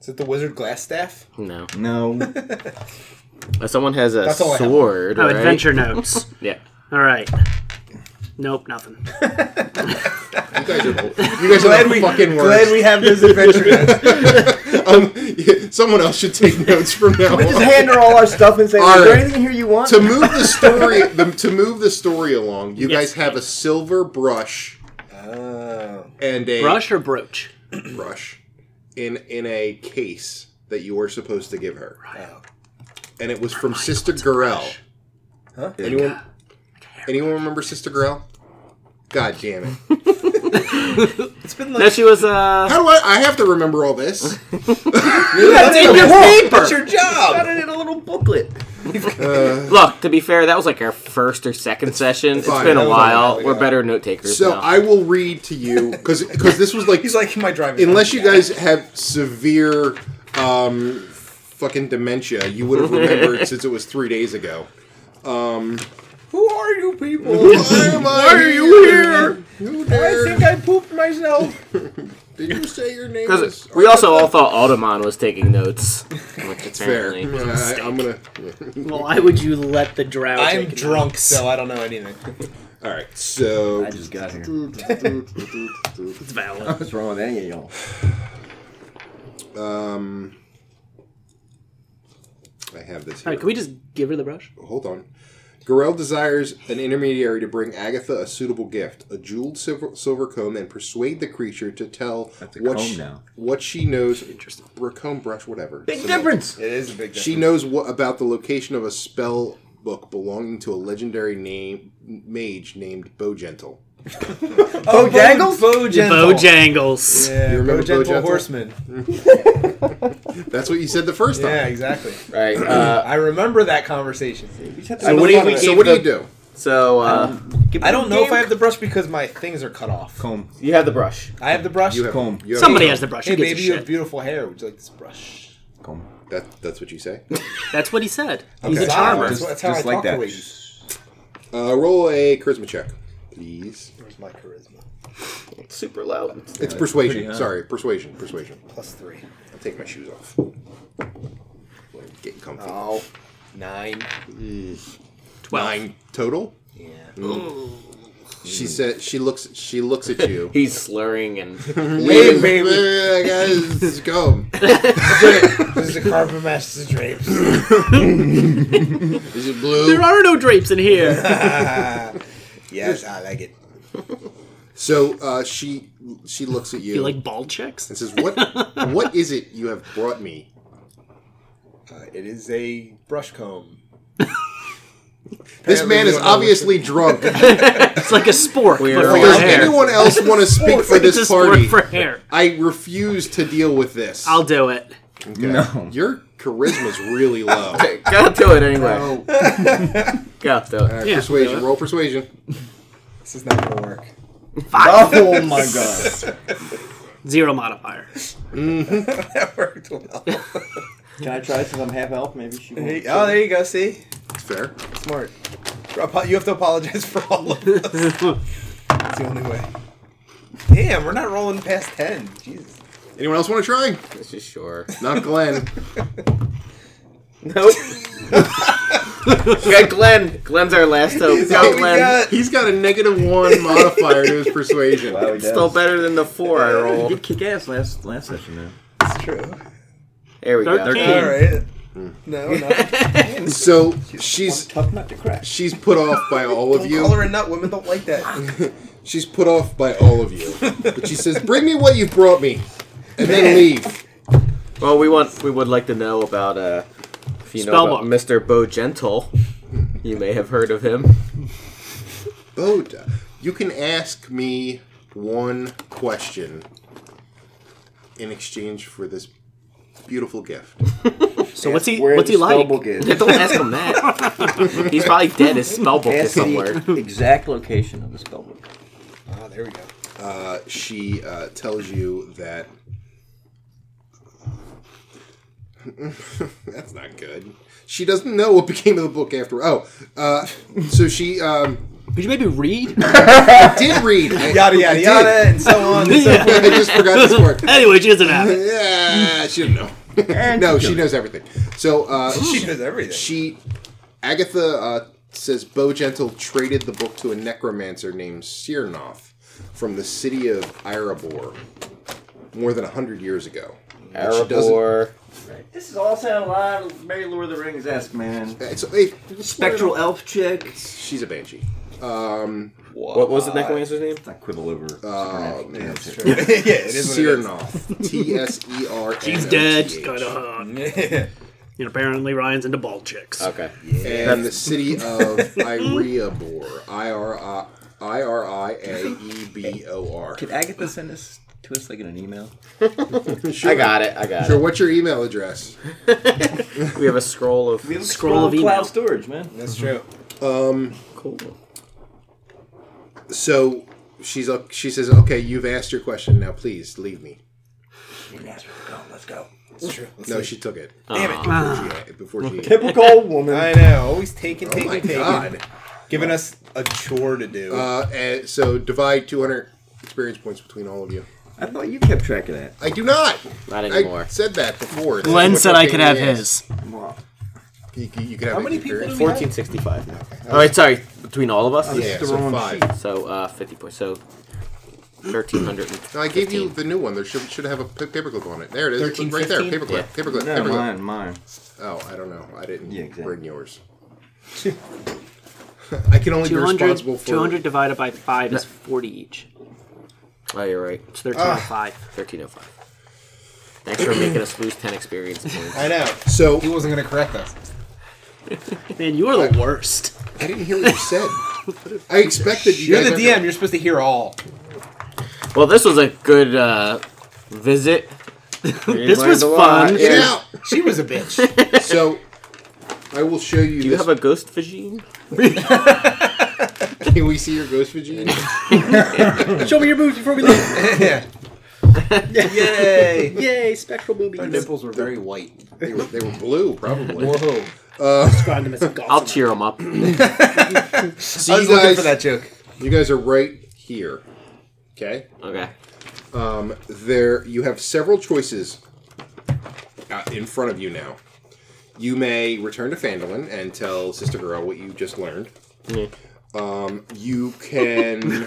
S5: Is it the wizard glass staff?
S3: no,
S7: no.
S3: Uh, someone has a
S5: That's all I have.
S3: sword.
S2: Oh,
S3: right?
S2: adventure notes.
S3: Yeah.
S2: All right. Nope, nothing.
S4: You guys are you guys are the fucking worst.
S5: glad we have this adventure.
S4: Um, yeah, someone else should take notes from now on.
S7: Just hand her all our stuff and say,
S4: All
S7: "Is there
S4: right.
S7: anything here you want?"
S4: to move the story, the, to move the story along, you
S2: Yes.
S4: guys have a silver brush
S5: oh.
S4: and a
S2: Brush or brooch?
S4: brush in in a case that you were supposed to give her,
S5: Oh.
S4: and it was from Sister Gorell.
S5: Huh?
S4: Anyone? Anyone remember Sister Gorell? God damn it!
S5: It's been
S3: No,
S5: like.
S3: she was. Uh,
S4: How do I? I have to remember all this.
S5: That's
S3: in
S5: your
S3: your
S5: world.
S3: paper.
S5: That's your job.
S7: in a little booklet.
S3: look, to be fair, that was like our first or second session. It's
S4: Fine,
S3: been a
S4: that was
S3: while.
S5: all right.
S3: We're better note takers.
S4: So
S3: now.
S4: I will read to you because because this was like
S5: He's like my driving.
S4: unless you guys have severe um, fucking dementia, you would have remembered since it was three days ago.
S5: Who are you people?
S4: am I Why are you here? You
S5: I think I pooped myself.
S4: Did you say your name?
S3: 'Cause
S4: is-
S3: we also all thought Alderman was taking notes. Which it's
S4: fair. I, am gonna.
S2: Well, why would you let the drow
S5: I'm
S2: take it?
S5: drunk, so I don't know anything.
S4: All right. So
S7: I just got here.
S2: It's valid.
S7: What's wrong with any of y'all?
S4: um, I have this.
S2: All
S4: Here.
S2: right, can we just give her the brush?
S4: Hold on. Gorell desires an intermediary to bring Agatha a suitable gift, a jeweled silver, silver comb, and persuade the creature to tell
S7: That's a
S4: what,
S7: comb
S4: she,
S7: now.
S4: what she knows. Interesting. comb, brush, whatever.
S7: Big
S4: So,
S7: difference.
S5: It is a big difference.
S4: She knows what about the location of a spell book belonging to a legendary name mage named Bogentle.
S5: oh, Bojangles? Bojangle.
S2: Bojangles.
S5: Yeah,
S4: You remember Bojangle?
S5: Bojangle Horseman.
S4: That's what you said the first time.
S5: Yeah, exactly.
S3: Right. Uh,
S5: I remember that conversation.
S7: You just have to
S4: So
S7: make
S4: what do
S7: fun
S4: you,
S7: of it.
S4: so what do you do?
S3: So uh,
S5: I don't know if I have the brush because my things are cut off.
S9: comb.
S3: you have the brush.
S5: I have the brush.
S4: You have,
S9: Comb.
S4: you have-
S2: Somebody has the brush.
S5: hey,
S2: Who gives
S5: baby,
S2: a
S5: you
S2: shit?
S5: have beautiful hair. Would you like this brush?
S9: Comb.
S4: That, that's what you say.
S2: That's what he said.
S5: He's a
S4: Okay.
S5: charmer.
S9: Just-
S5: that's how
S9: just
S5: I
S9: like
S5: talk
S9: that.
S5: to ladies.
S4: Uh, roll a charisma check, please.
S5: Where's my charisma?
S3: Super loud.
S4: It's persuasion.
S9: pretty high.
S4: Sorry, persuasion. Persuasion.
S5: Plus three.
S4: I'll take my shoes off. Getting comfy.
S5: Oh, nine.
S4: Mm. Nine total. Mm.
S5: Yeah.
S4: She said she looks. She looks at you.
S3: He's slurring and
S4: hey, baby. guys, let's go.
S5: this is a carpet master's drapes.
S4: Is it blue?
S2: There are no drapes in here.
S5: yes, I like it.
S4: So uh, she she looks at you
S2: you like bald chicks?
S4: and says, "What what is it you have brought me?"
S5: Uh, it is a brush comb.
S4: This man is
S5: we don't know
S4: obviously drunk.
S2: It's like a spork, but for your
S4: Does
S2: hair.
S4: anyone else want to speak for
S2: It's a
S4: this
S2: spork
S4: party?
S2: for hair.
S4: I refuse to deal with this.
S2: I'll do it.
S4: Okay.
S9: No.
S4: Your charisma's really low.
S3: go do it anyway. Go do it.
S4: Alright, persuasion. Roll persuasion.
S5: This is not gonna work.
S9: Oh my god.
S2: Zero modifier.
S5: that worked well.
S7: Can I try since I'm half elf? Maybe she won't.
S5: Hey, oh, there you go. See,
S4: It's fair.
S5: smart. Apo- You have to apologize for all of us. It's the only way. Damn, we're not rolling past ten. Jesus.
S4: Anyone else want to try?
S3: This is sure.
S4: Not Glenn.
S3: Nope. yeah, Glenn. Glenn's our last hope.
S5: all
S3: Go,
S5: we
S3: Glenn.
S5: got.
S4: He's got a negative one modifier to his persuasion.
S7: Wow, he does.
S3: Still better than the four I
S7: You
S3: rolled.
S7: did kick ass last last session, man.
S5: It's true.
S3: There we go.
S2: Thirteen.
S5: All right. Hmm. No, no.
S4: So she's
S7: Tough nut to crack.
S4: she's put off by all of
S5: Don't call
S4: you.
S5: her a nut. Women don't like that.
S4: She's put off by all of you. But she says, "Bring me what you've brought me," and then leave.
S3: Well, we want we would like to know about uh, if you know about
S2: Spellbook.
S3: Mr. Bo Gentle. You may have heard of him.
S4: But you can ask me one question in exchange for this beautiful gift.
S2: So what's he? What's he like?
S3: Yeah, don't ask him that. He's probably dead. His spellbook is
S7: Ask
S3: somewhere.
S7: the exact location of the spellbook.
S5: Ah, there we go.
S4: Uh, she uh, tells you that. That's not good. She doesn't know what became of the book after. Oh, uh, so she um,
S2: Could you maybe read?
S4: did read. I-
S5: Yada
S4: I
S5: yada
S4: did.
S5: yada, and so on. And so
S2: Yeah.
S4: I just forgot this part.
S2: anyway, she doesn't have it.
S4: Yeah, she didn't know. no, she knows everything. So uh,
S5: She knows everything.
S4: She, Agatha uh, says Bo Gentle traded the book to a necromancer named Cyrnoth from the city of Erebor more than 100 years ago. And she doesn't-
S3: Erebor.
S7: This is all sound a lot of Mary Lord of the Rings esque, man.
S4: It's, it,
S7: Spectral elf chick.
S4: she's a banshee.
S3: What was the necromancer's name?
S7: I quibble over.
S5: yeah,
S7: supernatural
S5: it's
S7: tales.
S5: true. yeah, it is. What
S4: Cyrnoth. Um, T S E R N O T H.
S2: He's dead. Kind of hot.
S5: it is.
S2: And apparently Ryan's into bald chicks.
S3: Okay.
S4: And the city of Ireabor. I R I I R I A E B O R.
S7: Did Agatha send this to us like in an email?
S3: I got it. I got
S4: Sure, what's your email address?
S3: it. We have a scroll of.
S7: have
S2: Scroll
S7: a
S2: scroll of of cloud email.
S7: cloud storage, man.
S5: That's true.
S3: Cool.
S4: So she's up. She says, "Okay, you've asked your question. Now please leave me."
S7: Let's go.
S5: That's true. Let's
S4: No,
S5: see.
S4: she took it
S2: Uh-huh.
S5: Damn it.
S4: Yeah, before she.
S7: Typical woman.
S5: I know. Always taking,
S4: oh
S5: taking,
S4: my
S5: taking.
S4: god!
S5: Giving us a chore to do.
S4: Uh, and so divide 200 experience points between all of you.
S7: I thought you kept track of that.
S4: I do not.
S3: Not
S4: I
S3: anymore.
S4: said that before. That's
S2: Glenn
S4: what
S2: said
S4: my
S2: I could
S4: opinion
S2: have
S4: is.
S2: his.
S4: You, you- you could have
S5: How many
S4: his
S5: people
S4: experience.
S5: do we have?
S3: 1465 now. All right, sorry. Between all of us?
S4: Yeah,
S7: the
S4: so
S7: wrong
S4: five.
S3: So uh, 50 points. So 1300.
S4: No, I gave you the new one. There should should have a p- paperclip on it. There it is, right there.
S3: 13,
S4: Paperclip.
S3: yeah.
S4: Paperclip.
S7: No,
S4: paperclip.
S7: mine, mine.
S4: Oh, I don't know. I didn't
S7: Yeah, exactly.
S4: bring yours. I can only be
S2: 200,
S4: responsible for
S2: 200 divided by 5 is 40 each.
S3: Oh, you're right.
S2: It's 13 to 5.
S3: 1305. Thanks for making us lose 10 experience points.
S5: I know.
S4: So
S5: He wasn't going to correct us.
S2: Man, you are the worst.
S4: I didn't hear what you said. I expected you.
S5: You're
S4: guys
S5: the DM. You're supposed to hear all.
S3: Well, this was a good uh, visit. this was fun.
S4: Get out.
S5: She was a bitch.
S4: So I will show you.
S3: Do you
S4: this.
S3: have a ghost vagine?
S4: Can we see your ghost Vagina?
S8: Show me your boobs before we leave.
S5: yeah. Yay!
S8: Yay, spectral boobies.
S4: Her nipples were very white. They were, they were blue, probably.
S5: Whoa.
S8: Describe them as gossamer.
S3: I'll cheer him up.
S5: See, I was
S4: you
S5: looking
S4: guys-
S5: for that joke.
S4: You guys are right here. Okay.
S3: Okay.
S4: there you have several choices uh, in front of you now. You may return to Fandolin and tell Sister Girl what you just learned.
S5: Mm.
S4: Um, you can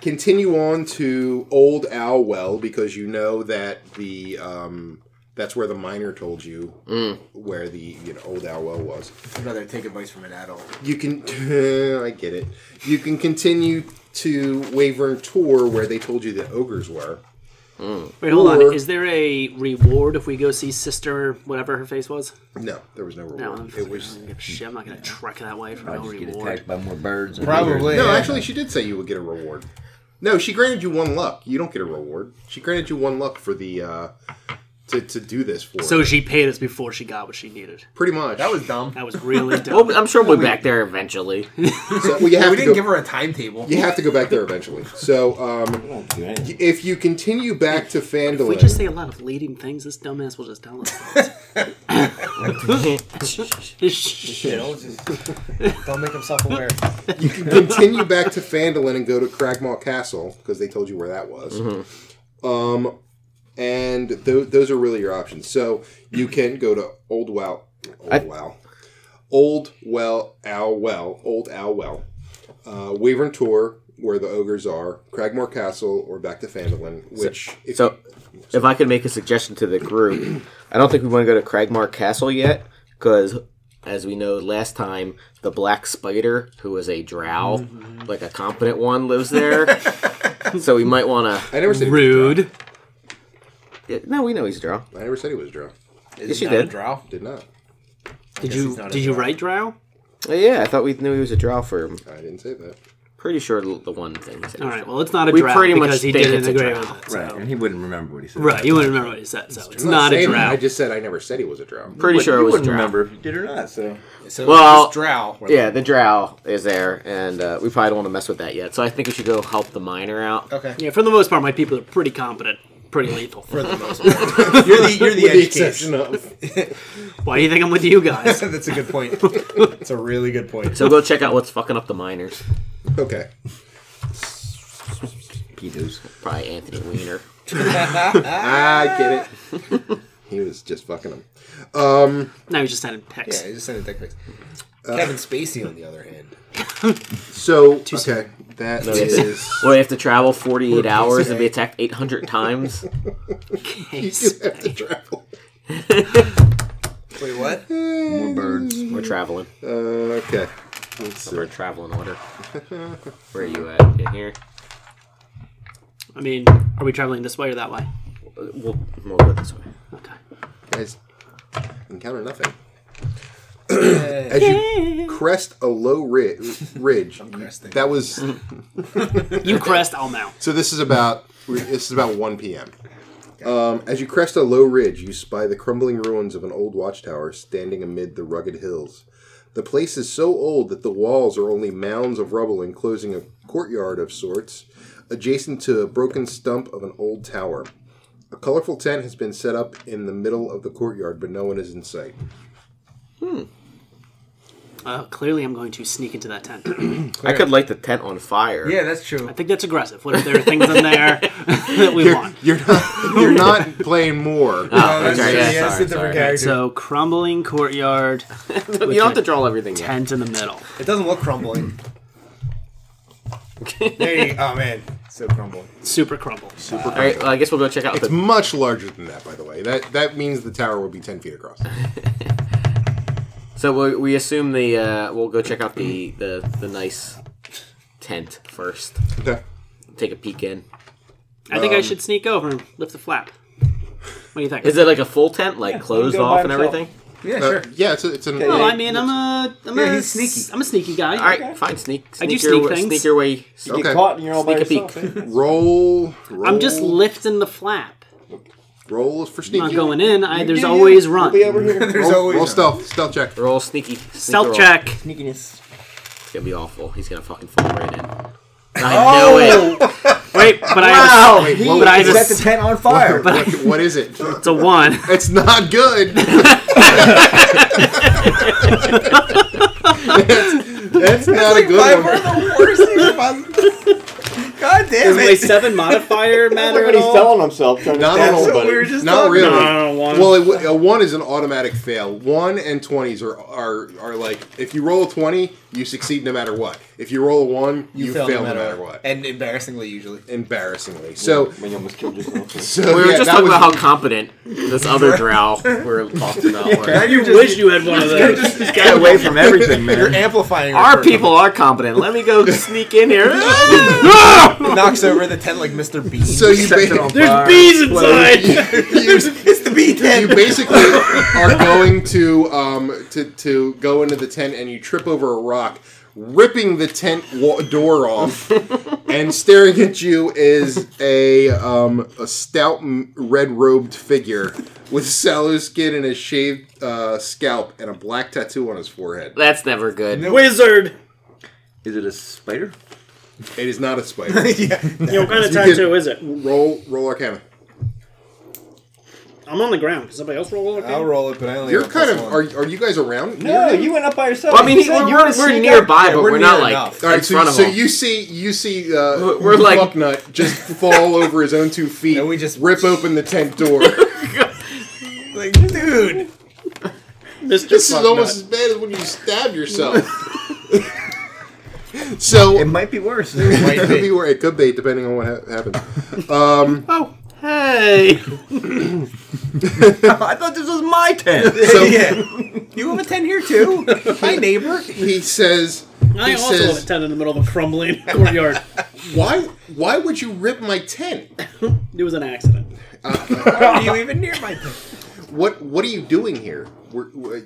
S4: continue on to Old Owl Well because you know that the um, that's where the miner told you
S5: Mm.
S4: where the you know Old Owl Well was
S5: I'd rather take advice from an adult.
S4: you can I get it. You can continue to Wavern Tour where they told you the ogres were.
S2: Wait, hold
S4: Or-
S2: on. Is there a reward if we go see Sister, whatever her face was?
S4: No, there was no reward.
S2: No,
S4: it was
S2: Shit, I'm not gonna trek that way for
S7: I
S2: no
S7: just get
S2: reward.
S7: attacked by more birds. and
S5: Probably.
S4: No,
S5: yeah.
S4: actually she did say you would get a reward. No, she granted you one luck. You don't get a reward. She granted you one luck for the uh to, to do this for
S2: So she paid us before she got what she needed.
S4: pretty much.
S5: That was dumb.
S2: That was really dumb.
S3: Well, I'm sure we'll be back there eventually.
S4: so, well, you have to
S5: we didn't
S4: go,
S5: give her a timetable.
S4: you have to go back there eventually. So um
S7: don't do anything.
S4: if you continue back to Fandolin,
S2: If we just say a lot of leading things, this dumbass will just tell us.
S5: You know, just don't make him self-aware.
S4: continue back to Fandolin and go to Cragmaw Castle because they told you where that was.
S2: Mm-hmm.
S4: Um, and tho- those are really your options. So you can go to Old Well, Old Well, Old Well, Owl Well, Old Owl Well, uh, Wavern Tour, where the ogres are, Cragmore Castle, or back to Fandolin. Which if
S3: So, if I could make a suggestion to the group, I don't think we want to go to Cragmar Castle yet, because as we know last time, the black spider, who is a drow,
S7: Mm-hmm.
S3: like a competent one, lives there. so we might want
S4: I never said
S2: Rude.
S3: to. No, we know he's a drow.
S4: He was drow. I never said he was drow.
S3: Yes,
S5: Is
S3: you
S5: not a
S3: did.
S5: Drow?
S4: Did not.
S2: Did
S5: he's
S2: you
S5: not a
S2: did you
S5: drow.
S2: write drow?
S3: Uh, Yeah, I thought we knew he was a drow for.
S4: I didn't say that.
S3: Pretty sure the the one thing. he said
S2: All
S3: was
S2: right. Well, it's not a
S3: We
S2: drow
S3: pretty much
S2: because he
S3: think
S2: didn't
S3: it's a
S2: agree
S3: drow.
S2: with it. So.
S7: Right, and he wouldn't remember what he said.
S2: Right, you wouldn't remember what he said, so it's
S4: I'm
S2: not a
S4: saying that.
S2: drow.
S4: I just said I never said he was a drow.
S3: Pretty
S7: But
S3: sure
S7: you
S3: it was a
S7: wouldn't
S3: drow.
S7: remember if you did or not. So
S5: So
S3: Well-
S5: well, it's Drow. We're
S3: Yeah, the drow is there, and uh, we probably don't want to mess with that yet. So I think we should go help the miner out.
S5: like, Okay.
S2: Yeah, for the most part, my people are pretty competent, pretty lethal.
S5: For the most part. you're the you're
S4: With
S5: the
S4: the
S5: edge case.
S4: exception of
S2: Why do you think I'm with you guys?
S5: That's a good point. It's a really good point.
S3: So go check out what's fucking up the miners.
S4: okay.
S7: pedos.
S3: Probably Anthony Weiner.
S4: Ah, I get it. he was just fucking him.
S2: now he's just sending
S5: Yeah,
S2: pecs.
S5: I just sent a dick pics. Kevin Spacey, on the other hand,
S4: So okay, that
S3: we have to,
S4: is.
S3: well, we have to travel 48 hours and be attacked 800 times.
S4: you do have to travel.
S5: Wait, what?
S7: More birds.
S3: We're traveling.
S4: Uh, okay. Let's see.
S3: We're in traveling order. Where are you at? In here?
S2: I mean, are we traveling this way or that way?
S3: We'll, we'll go this way.
S2: Okay.
S4: guys encounter nothing. As you crest a low ri- ridge,
S5: cresting.
S4: that was
S2: You crest, I'll mount.
S4: so. This is about this is about one p.m. Um, as you crest a low ridge, you spy the crumbling ruins of an old watchtower standing amid the rugged hills. The place is so old that the walls are only mounds of rubble enclosing a courtyard of sorts, adjacent to a broken stump of an old tower. A colorful tent has been set up in the middle of the courtyard, but no one is in sight.
S2: Uh, clearly, I'm going to sneak into that tent. I
S3: I could light the tent on fire.
S5: Yeah, that's true.
S2: think that's aggressive. What if there are things in there that we want?
S4: You're not, you're not playing more.
S5: Oh, that's
S3: Okay,
S5: true.
S3: yeah,
S5: Yeah, that's a
S3: sorry,
S5: different
S3: sorry.
S5: character.
S2: So, crumbling courtyard,
S3: You don't have to draw everything yet.
S2: tent in the middle.
S5: It doesn't look crumbling. there you go. Oh man, so crumbling.
S2: Super crumble.
S3: All right, well, I guess we'll go check out
S4: It's
S3: the.
S4: much larger than that, by the way. That that means the tower will be ten feet across.
S3: So we, we assume the. Uh, we'll go check out the, the, the nice tent first.
S4: Okay.
S3: Take a peek in.
S2: I
S9: Um,
S2: think I should sneak over and lift the flap. What do you think?
S3: Is it like a full tent, like closed
S9: go
S3: off
S9: by
S3: and
S9: himself.
S3: everything?
S5: Yeah,
S4: Uh,
S5: sure.
S4: yeah, it's, a, it's an.
S2: well, Oh, I mean, I'm a, I'm
S5: Yeah,
S2: a
S5: he's sneaky.
S2: am a sneaky guy.
S3: All right, fine. Sneak.
S2: I do
S3: sneak your,
S2: sneak
S3: wa-
S2: things.
S3: Sneak your way.
S9: You
S4: Okay.
S9: get caught and you're all by
S3: Sneak a
S9: yourself.
S3: peek.
S9: eh?
S4: roll, roll.
S2: I'm just lifting the flap.
S4: roll is for
S2: I'm not
S4: sneaky.
S2: going in. I, there's
S9: Yeah, yeah,
S2: always
S9: we'll
S2: run.
S9: Be over here.
S5: There's
S4: Roll,
S5: always
S4: roll stealth. Stealth check.
S3: Roll sneaky. sneak
S2: Stealth
S3: roll.
S2: check.
S9: Sneakiness.
S3: It's gonna be awful. He's gonna fucking fall right in. I know it.
S2: Wait, but I have
S9: Wow,
S4: Wait,
S9: he
S4: what-
S2: but I
S9: set
S2: just-
S9: the tent on fire.
S4: what, what is it?
S2: a, it's a one.
S4: It's not good. that's, that's not a good one.
S5: the worst things possible. God damn
S8: Does a seven modifier matter at
S9: Everybody's
S8: all?
S9: selling himself. Trying to
S4: Not
S9: stab
S4: at all.
S9: somebody.
S5: we were just
S4: Not
S5: talking
S4: really.
S5: about.
S8: No, one.
S4: Well, it, w- a one is an automatic fail. One and twenties are, are are like if you roll a twenty, you succeed no matter what. If you roll a one, you, fail, no matter, what.
S5: And embarrassingly, usually.
S4: Embarrassingly. So,
S7: when you almost killed yourself. eh?
S4: so
S3: We were
S4: yeah,
S3: just
S4: that
S3: talking
S4: was-
S3: about how competent this other drow we're talking about.
S9: Now
S3: were.
S9: you're just,
S2: Wish you had one of those.
S9: just got away from everything,
S5: You're
S9: man.
S5: amplifying. your
S3: Our
S5: purpose.
S3: people are competent. Let me go sneak in here.
S5: It knocks over the tent like Mr. Bean.
S4: so you
S9: Set it on
S4: ba-
S9: fire.
S2: There's bees inside.
S4: you,
S5: it's the bee tent.
S4: you basically are going to um to to go into the tent and you trip over a rock, ripping the tent wa- door off, and staring at you is a um a stout red robed figure with sallow skin and a shaved uh, scalp and a black tattoo on his forehead.
S3: That's never good.
S2: Wizard.
S7: Is it a spider?
S4: It is not a spider.
S8: Yo, what kind of
S4: You
S8: tattoo
S4: can-
S8: is it?
S4: roll roll Arcana.
S8: I'm on the ground. Can somebody else roll?
S5: I'll roll it, but I only.
S4: You're
S5: have a plus
S4: kind of
S5: one.
S4: are, are you guys around?
S9: No, you went up by yourself.
S3: Well, I mean,
S9: You
S3: he,
S9: said
S3: we're,
S9: you were
S3: we're,
S9: a
S3: we're
S9: sneak up.
S3: nearby, but
S5: we're
S3: we're, not
S5: near
S3: like
S5: enough.
S4: All right,
S3: in
S4: so,
S3: front of
S4: so
S3: him.
S4: you see you see uh,
S3: We're like-
S4: Bucknut just fall over his own two feet
S5: And we just-
S4: rip open the tent door.
S5: like, dude.
S8: Mr.
S4: this is
S8: Fucknut.
S4: almost as bad as when you stab yourself. so
S9: It might be worse.
S4: it could be where it could be depending on what ha- happens.
S2: Hey.
S9: I thought this was my tent.
S4: So
S5: Yeah. You have a tent here too. Hi, neighbor.
S4: he says
S8: I
S4: he
S8: also
S4: says
S8: have a tent in the middle of a crumbling courtyard.
S4: why why would you rip my tent?
S8: It was an accident.
S5: Are you even near my tent?
S4: What what are you doing here? We're, we're,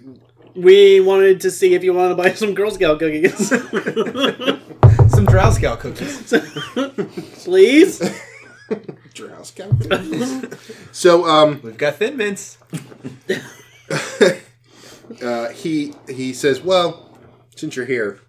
S8: We wanted to see if you wanted to buy some Girl Scout cookies,
S5: Some Drow Scout cookies.
S8: please.
S4: Drow Scout. so um
S5: We've got Thin Mints.
S4: he he says, "Well, since you're here,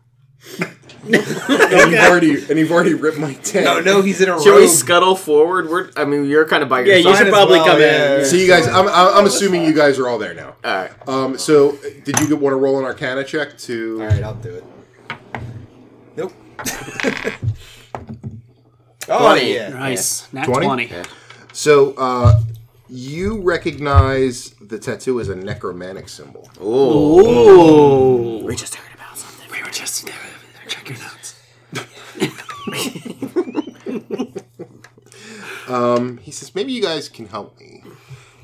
S4: and you've already and you've already ripped my tent.
S5: No, no, he's in a
S3: Should we
S5: robe.
S3: scuttle forward? We're, I mean, you're kind of by
S8: Yeah,
S3: yourself.
S8: you should
S5: as
S8: probably
S5: well,
S8: come
S5: yeah.
S8: in.
S4: So you guys, I'm, I'm I'm assuming you guys are all there now.
S3: All right.
S4: Um, so did you want to roll an Arcana check to?
S5: All right, I'll do it. Nope. oh
S3: Twenty.
S5: yeah.
S2: Nice. Nat
S4: 20?
S2: 20.
S4: So uh, you recognize the tattoo as a necromantic symbol.
S2: Ooh.
S3: We just heard about something.
S2: We were just check your notes.
S4: He says, "Maybe you guys can help me."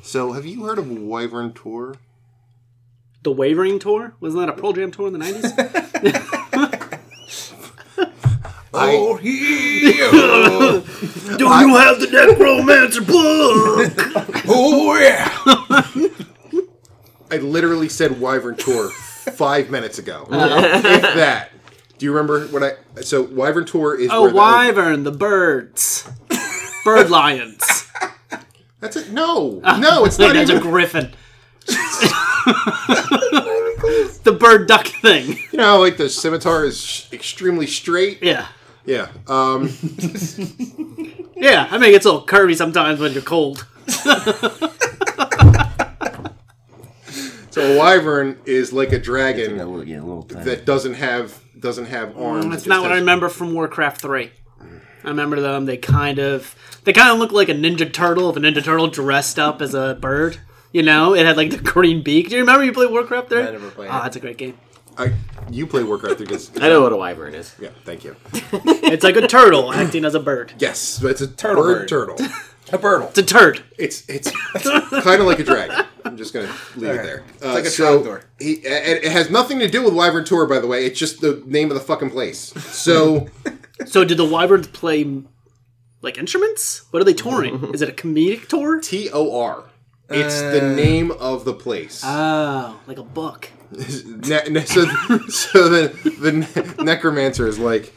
S4: So have you heard of Wyvern Tour?
S2: The Wavering Tour? Wasn't that a Pearl Jam tour in the 90s?
S5: Oh, yeah.
S2: Do you have the Necromancer book?
S5: oh yeah.
S4: I literally said Wyvern Tour five minutes ago. if that. Do you remember when I? So Wyvern Tour is where
S2: Oh,
S4: the-
S2: Wyvern, the birds. Bird lions.
S4: That's it. No, no, it's not
S2: That's a
S4: even.
S2: griffin. the bird duck thing.
S4: You know, how, like the scimitar is sh- extremely straight.
S2: Yeah.
S4: Yeah. Um,
S2: Yeah, I mean, it's a little curvy sometimes when you're cold.
S4: so a wyvern is like a dragon
S7: Yeah, well, yeah, a little thing.
S4: that doesn't have doesn't have arms.
S2: Mm, That's
S4: It
S2: not
S4: just
S2: what I
S4: has-
S2: remember from Warcraft 3. I remember them, they kind of they kind of looked like a Ninja Turtle, if a Ninja Turtle dressed up as a bird. You know, it had like the green beak. Do you remember you played Warcraft 3?
S5: I never played
S2: Oh,
S5: it.
S2: that's a great game.
S4: I, you play Warcraft through this.
S3: I know what a wyvern is.
S4: Yeah. Thank you.
S2: It's like a turtle acting as a bird.
S4: Yes, but it's a
S5: Turtle
S4: bird,
S5: bird.
S4: turtle.
S5: A birdle.
S2: It's a turd.
S4: It's it's kind of like a dragon. I'm just gonna leave it
S5: Alright.
S4: there. Uh,
S5: It's like a trapdoor.
S4: He, it, it has nothing to do with Wyvern Tour, by the way. It's just the name of the fucking place. So
S2: So, did the wyverns play like instruments? What are they touring? Is it a comedic tour?
S4: T O R. It's
S5: Uh,
S4: the name of the place.
S2: Oh, like a book.
S4: Ne- ne- so so the, the ne- necromancer is like,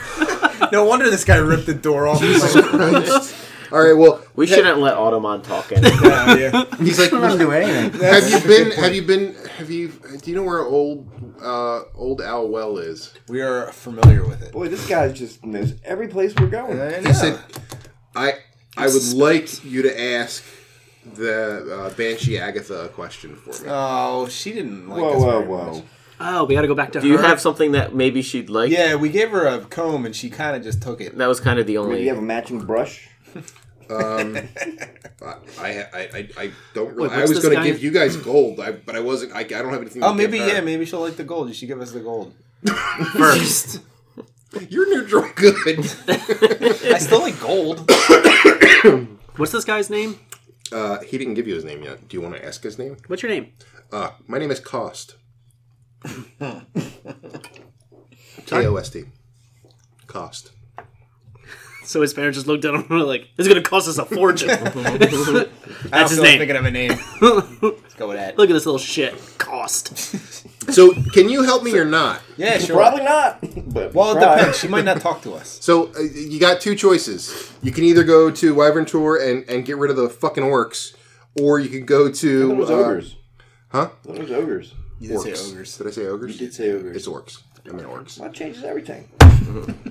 S5: No wonder this guy ripped the door off. He's like,
S4: All right. Well,
S3: We
S4: ha-
S3: shouldn't let Automon talk anymore.
S4: He's like,
S9: not do anything.
S4: have you been? Have you been? Have you? Do you know where old uh, old Al Well is?
S5: We are familiar with it.
S9: Boy, this guy just knows every place we're going.
S5: I
S4: He
S5: know.
S4: said, "I I would like you to ask the uh, Banshee Agatha a question for
S2: Uh,
S4: me."
S5: "Oh, she didn't like
S9: whoa,
S5: us
S9: whoa,
S5: very
S9: whoa.
S5: much."
S2: Oh, we got to go back to
S3: Do you have something that maybe she'd like?
S5: Yeah, we gave her a comb and she kind of just took it.
S3: That was kind of the
S9: Do
S3: only.
S9: you have a matching brush?
S4: I, I I I don't. Really,
S2: Wait,
S4: I
S2: what's
S4: was
S2: this
S4: going to
S2: guy?
S4: give you guys gold, I, but I wasn't. I, I don't have anything.
S5: Oh,
S4: to
S5: maybe
S4: give her.
S5: yeah, maybe she'll like the gold. You should give us the gold.
S2: first?
S4: You're neutral good.
S5: I still like gold.
S2: What's this guy's name?
S4: uh, he didn't give you his name yet. Do you want to ask his name?
S2: What's your name?
S4: Uh, my name is Cost. K O S T. Cost.
S2: So his parents just looked at him and were like, "This is gonna cost us a fortune."
S5: I
S2: his
S5: still
S2: name.
S5: Thinking of a name. Let's go with that.
S2: Look at this little shit cost.
S4: So, can you help me or not?
S5: Yeah, sure.
S9: Probably not. But
S5: Well, it
S9: try.
S5: depends. She might not talk to us.
S4: So, uh, you got two choices. You can either go to Wyvern Tour and, and get rid of the fucking orcs, or you can go
S9: It
S4: to.
S9: was
S4: Uh,
S9: ogres.
S4: huh?
S9: It was ogres.
S5: You did say
S4: orcs.
S5: ogres.
S4: uh, Did I say ogres?
S9: You did say ogres.
S4: It's orcs. I mean orcs.
S9: That changes everything.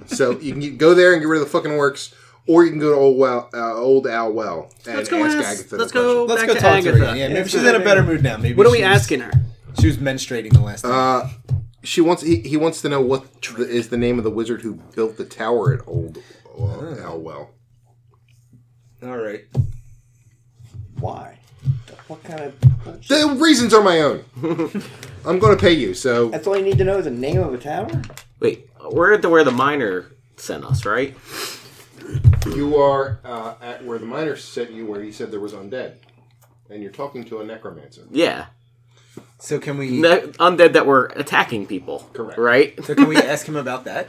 S4: So you can get, go there and get rid of the fucking orcs, or you can go to old well, uh, old Al Well and
S2: Let's go
S4: ask
S2: ask-
S4: Agatha. the
S2: let's go
S5: Let's
S2: Back
S5: go
S2: to
S5: talk to her
S2: Agatha.
S5: again. Yeah,
S2: Yeah,
S5: maybe
S2: it's
S5: she's
S2: not
S5: in a
S2: big.
S5: better mood now. Maybe
S2: What are we
S5: she's-
S2: asking her?
S5: She was menstruating the last time.
S4: She wants. He, he wants to know what the, is the name of the wizard who built the tower at Old uh, Alwell.
S5: All right.
S9: Why? What kind of bullshit?
S4: The reasons are my own. I'm going to pay you. So
S9: That's all you need to know is the name of a tower?
S3: Wait, we're at the where the miner sent us, right?
S4: you are uh, at where the miner sent you, where he said there was undead, and you're talking to a necromancer.
S3: Yeah,
S5: So can we?
S3: the undead that were attacking people.
S4: Correct.
S3: Right.
S5: So can we ask him about that?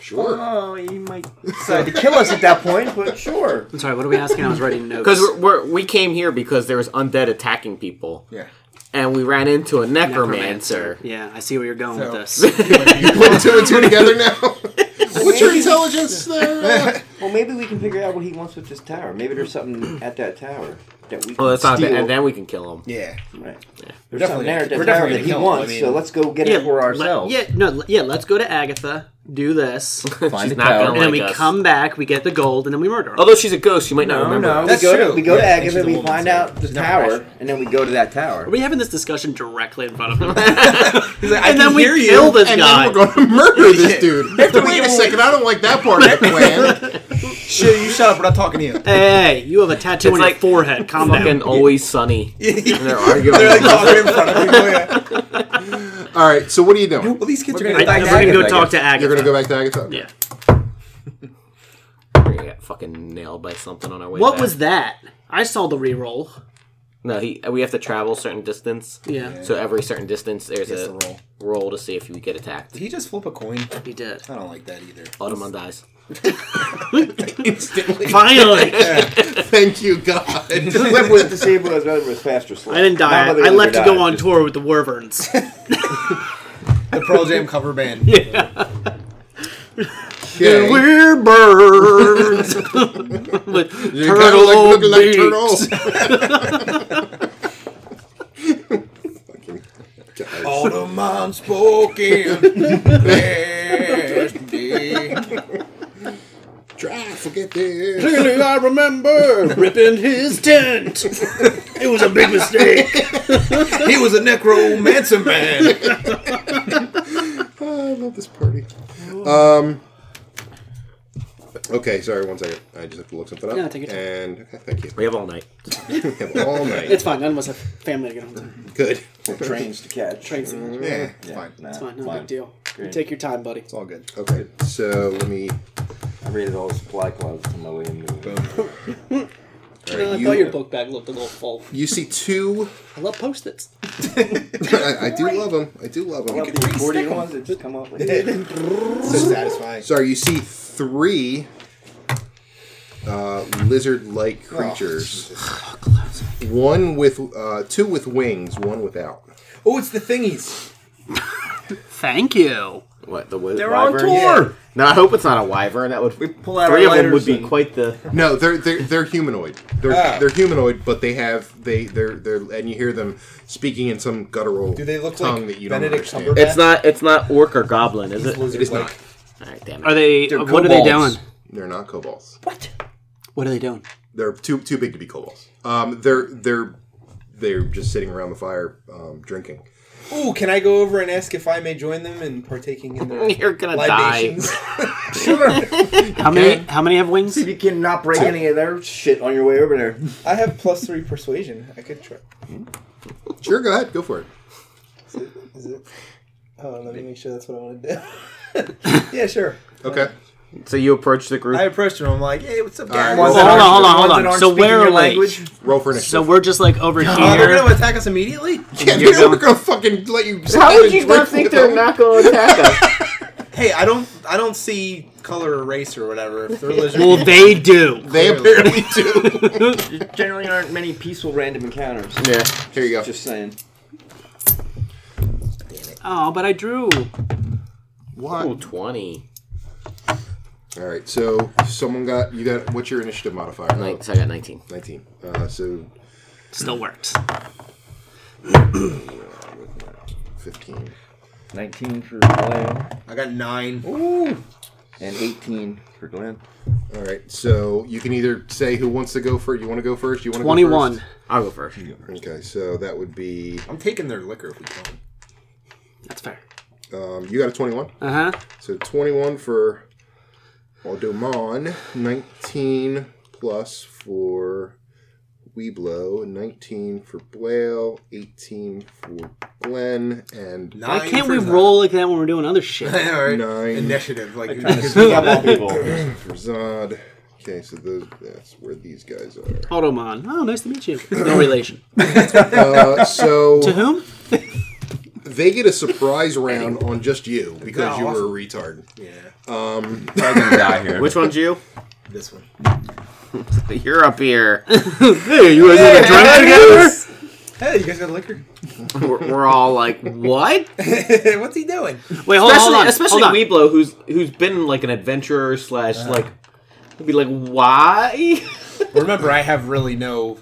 S4: Sure.
S9: Oh, he might decide to kill us at that point, but sure.
S2: I'm sorry. What are we asking? I was writing notes.
S3: Because we're, we're, we came here because there was undead attacking people,
S5: Yeah.
S3: and we ran into a necromancer.
S2: Yeah, I see where you're going
S5: So-
S2: with this.
S4: Put two and two together now. What's your intelligence there?
S9: Well, maybe we can figure out what he wants with this tower. Maybe there's something at that tower that we can
S3: Well, that's not
S9: steal.
S3: bad. And then we can kill him.
S5: Yeah.
S9: right.
S5: We're
S9: There's something
S5: definitely.
S9: there at
S5: we're
S9: that tower
S5: definitely
S9: that he
S5: gonna kill him,
S9: wants,
S5: I mean,
S9: so let's go get it for
S2: let-
S9: ourselves.
S2: yeah, no, le- yeah. Let's go to Agatha. Do this,
S7: Find
S3: She's
S7: a
S3: not
S7: tower.
S3: gonna
S2: and then
S3: like
S2: we
S3: us. Oh.
S2: come back. We get the gold, and then we murder. Her.
S3: Although she's a ghost, she might not
S9: No,
S3: remember.
S9: no. We
S5: That's
S9: go,
S5: true.
S9: to, we go to
S5: Yeah, and she's
S9: Agatha,
S5: a
S9: we
S5: woman,
S9: find
S5: so
S9: out the
S5: she's not
S9: tower,
S5: rational.
S9: and then we go to that tower.
S2: Are we having this discussion directly in front of her?
S5: He's like, I
S2: and
S5: can
S2: then we
S5: hear you.
S2: kill this
S4: And
S2: guy.
S4: then we're going to murder this dude. Wait a second. I don't like that part of the plan.
S5: Shit, you shut up. We're not talking to you.
S2: hey, you have a tattoo
S3: It's
S2: on
S3: like-
S2: your forehead. Calm
S3: Fucking
S2: down.
S3: always sunny. and they're arguing.
S5: They're like talking in front of people. Yeah.
S4: All right. So what are you doing?
S5: Well, these kids
S9: We're
S5: are
S9: gonna
S5: gonna.
S2: I,
S9: back
S2: am
S9: to
S2: gonna go
S9: Agatha, I
S2: talk to Agatha.
S4: You're gonna go back to Agatha. Okay.
S2: Yeah.
S3: We're gonna get fucking nailed by something on our way.
S2: What
S3: back.
S2: was that? I saw the re-roll.
S3: No, he, we have to travel a certain distance.
S2: Yeah.
S3: So every certain distance, there's
S5: Gets
S3: a
S5: the roll.
S3: roll to see if you get attacked.
S5: Did he just flip a coin?
S2: He did.
S5: I don't like that either.
S3: Autumn dies.
S2: Finally,
S4: Thank you, God.
S9: Flip was disabled as whether it was fast or slow.
S2: I didn't die. I left to go on tour with the Wyverns.
S5: The Pearl Jam cover band.
S4: Okay.
S2: We're birds with
S4: You kinda
S2: turtle
S4: like- look like
S2: beaks.
S4: turtles. Fucking guys.
S5: All the man spoken. yesterday.
S4: Try, forget this.
S2: I remember ripping his tent. It was a big mistake.
S5: he was a necromancer man.
S4: Uh, I love this party. Um. Okay, sorry. One second. I just have to look something up.
S2: Yeah, take your time.
S4: And okay, thank you.
S3: We have all night.
S4: We have all night.
S2: It's fine. None of us have family to get home to.
S4: Good.
S9: Trains to catch.
S2: Trains.
S4: Yeah.
S9: Yeah,
S5: Fine.
S9: nah,
S2: Fine, no
S9: fine.
S2: big deal. You take your time, buddy.
S5: It's all good.
S4: Okay. So let me.
S9: I raided all the supply closets on my way in. the-
S4: all
S2: I
S4: right,
S2: thought your
S4: you,
S2: book bag looked a little full.
S4: you see two.
S2: I love post-its.
S4: I, I do love them. I do love them.
S9: Well, the accordion ones that just come up with it.
S5: So satisfying.
S4: Sorry, you see three uh, lizard-like
S2: Oh,
S4: creatures. one with uh, two with wings, one without.
S5: Oh, it's the thingies.
S2: Thank you.
S3: What the wi-
S10: They're on
S3: wyvern?
S10: tour.
S3: No, I hope it's not a wyvern. That would
S7: We pull out
S3: three of
S7: our
S3: them would
S7: lighters
S3: be
S7: and-
S3: quite the.
S4: No, they're they're they're humanoid. They're
S5: Ah.
S4: they're humanoid, but they have they they're they're and you hear them speaking in some guttural.
S5: Do they look
S4: tongue
S5: like
S4: that you don't
S5: Benedict
S4: understand.
S5: Cumberbatch?
S3: It's not. It's not orc or goblin, is it? All
S4: It is not.
S3: right, damn
S2: Are
S3: it.
S2: they? uh,
S7: They're
S2: what are they doing?
S7: kobolds.
S4: They're not kobolds.
S2: What are they doing?
S4: They're too too big to be kobolds. Um, they're they're they're just sitting around the fire um, drinking.
S5: Ooh, can I go over and ask if I may join them in partaking in their
S3: You're gonna die.
S5: libations?
S2: How many? How many have wings?
S9: You cannot break any of their shit on your way over there.
S5: I have plus three persuasion. I could try.
S4: Sure, go ahead, go for it.
S5: Is it? Hold on, let me make sure that's what I want to do. yeah, sure.
S4: Okay.
S3: So you approach the group.
S5: I approached him. I'm like, "Hey, what's up, guys?" Uh,
S4: Alright,
S5: One's
S2: Well,
S5: like,
S2: hold
S7: Ones
S2: on, hold
S7: that
S2: on, hold
S7: aren't
S2: on. So
S7: speaking
S2: where
S7: your
S2: are we?
S4: Roll for initiative.
S2: So we're just like over
S5: "Oh, they're
S2: here.
S5: gonna attack us immediately.
S4: yeah, they're never gonna fucking let you.
S3: How would you not think they're not going to attack us?
S5: Hey, I don't, I don't see color or race or whatever. If they're lizard,
S2: Well, they do.
S4: They apparently do.
S9: There generally aren't many peaceful random encounters.
S3: yeah.
S4: Here you go.
S9: Just saying.
S2: Oh, but I drew.
S3: Ooh,
S4: One.
S3: 20.
S4: All right. So someone got you got what's your initiative modifier?
S3: Nine, so I got 19.
S4: Nineteen. Uh, so
S2: Still works.
S4: fifteen.
S7: 19 for Blaine
S5: I got nine.
S7: and 18 for Glenn.
S4: All right. So you can either say who wants to go first. You want to go first? You want to
S2: Twenty-one.
S3: I'll go first.
S4: Okay. So that would be
S5: I'm taking their liquor if we can.
S2: That's fair.
S4: um, you got a twenty-one.
S2: Uh huh.
S4: So 21 for Aldomon, 19 plus for Weeblow, 19 for Blail, 18 for Glenn, and
S5: Nine
S2: Why can't
S5: for
S2: we
S5: Zod.
S2: roll like that when we're doing other shit?
S5: All right.
S4: Nine.
S5: Initiative, like
S4: for Zod. Okay, so those, that's where these guys are.
S2: Automon. Oh, nice to meet you. No relation.
S4: Uh,
S2: to
S4: so
S2: whom?
S4: they get a surprise round on just you because
S5: Yeah,
S4: you were a retard.
S5: yeah,
S7: I'm gonna die here.
S3: Which one's you?
S5: this one.
S3: You're up here.
S2: Hey, you guys have a drink
S5: Hey, you guys got liquor?
S3: We're, we're all like, what?
S5: What's he doing?
S2: together? Wait, hold,
S3: Especially,
S2: hold on.
S3: especially
S2: hold on.
S3: Weeblo, who's who's been like an adventurer slash like, he'd be like, why?
S5: Remember, I have really no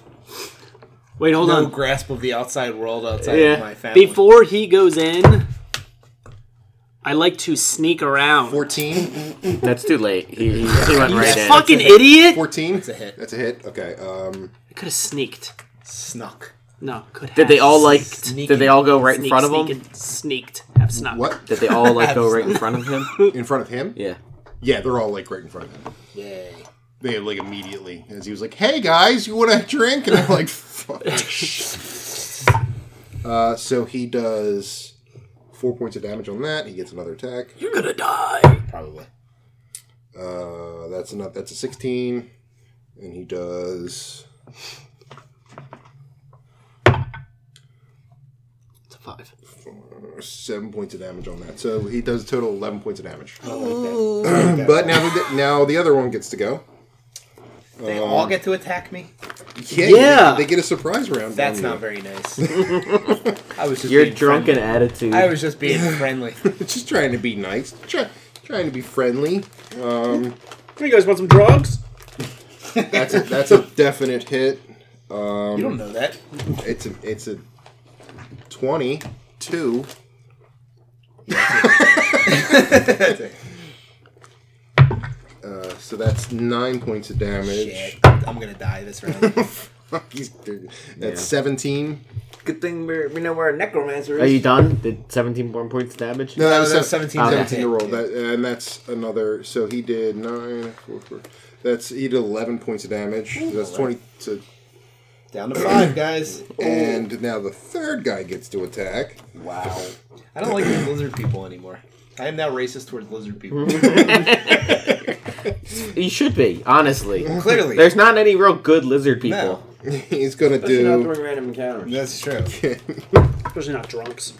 S2: Wait, hold
S5: no
S2: on.
S5: grasp of the outside world outside of my
S2: Yeah.
S5: family.
S2: Before he goes in, I like to sneak around.
S4: 14?
S3: That's too late. He, he, he went right in.
S2: Fucking idiot!
S4: 14?
S5: it's a hit.
S4: That's a hit. Okay. Um,
S2: I could have sneaked.
S5: Snuck.
S2: No, could have.
S3: Did they all like?
S2: Sneaking.
S3: Did they all go right in
S2: Sneak,
S3: front of him?
S2: sneaking, Sneaked. Have snuck.
S4: what?
S3: Did they all like go right in front of him?
S4: In front of him?
S3: Yeah.
S4: Yeah, they're all like right in front of him.
S5: Yay.
S4: they like immediately as he was like, "Hey guys, you want a drink?" And I'm like, "Fuck." uh, so he does four points of damage on that. He gets another attack.
S2: You're gonna die.
S4: Probably. Uh, that's enough. That's a sixteen, and he does.
S2: It's a five.
S4: Seven points of damage on that, so he does a total of eleven points of damage. but now, the, now the other one gets to go.
S5: They all get to attack me.
S4: Yeah,
S2: Yeah.
S4: They, they get a surprise round.
S5: That's
S4: on
S5: not very nice. I was just
S3: Your
S5: being
S3: drunken
S5: friendly.
S3: attitude.
S5: I was just being friendly.
S4: you. Just trying to be nice, try, trying to be friendly.
S8: You guys want some drugs?
S4: That's a, that's a definite hit.
S5: you don't know that.
S4: It's a it's a twenty two. Uh, so that's nine points of damage.
S5: Shit, I'm gonna die this round.
S4: He's- that's seventeen.
S9: Good thing we're, we know where a necromancer is.
S3: Are you done? Did 17 more points damage?
S4: No, that
S5: No,
S4: was
S5: that's
S4: sev-
S5: 17.
S4: 17 to
S5: Okay.
S4: roll. That, and that's another. So he did nine. Four, four. That's he did eleven points of damage. that's twenty. To,
S5: Down to five, guys.
S4: and now the third guy gets to attack.
S5: Wow. I don't like these lizard people anymore. I am now racist towards lizard people.
S3: You should be, honestly.
S5: Clearly.
S3: There's not any real good lizard people.
S4: He's gonna
S9: Especially not
S4: do.
S9: during random encounters.
S5: That's true.
S8: Especially not drunks.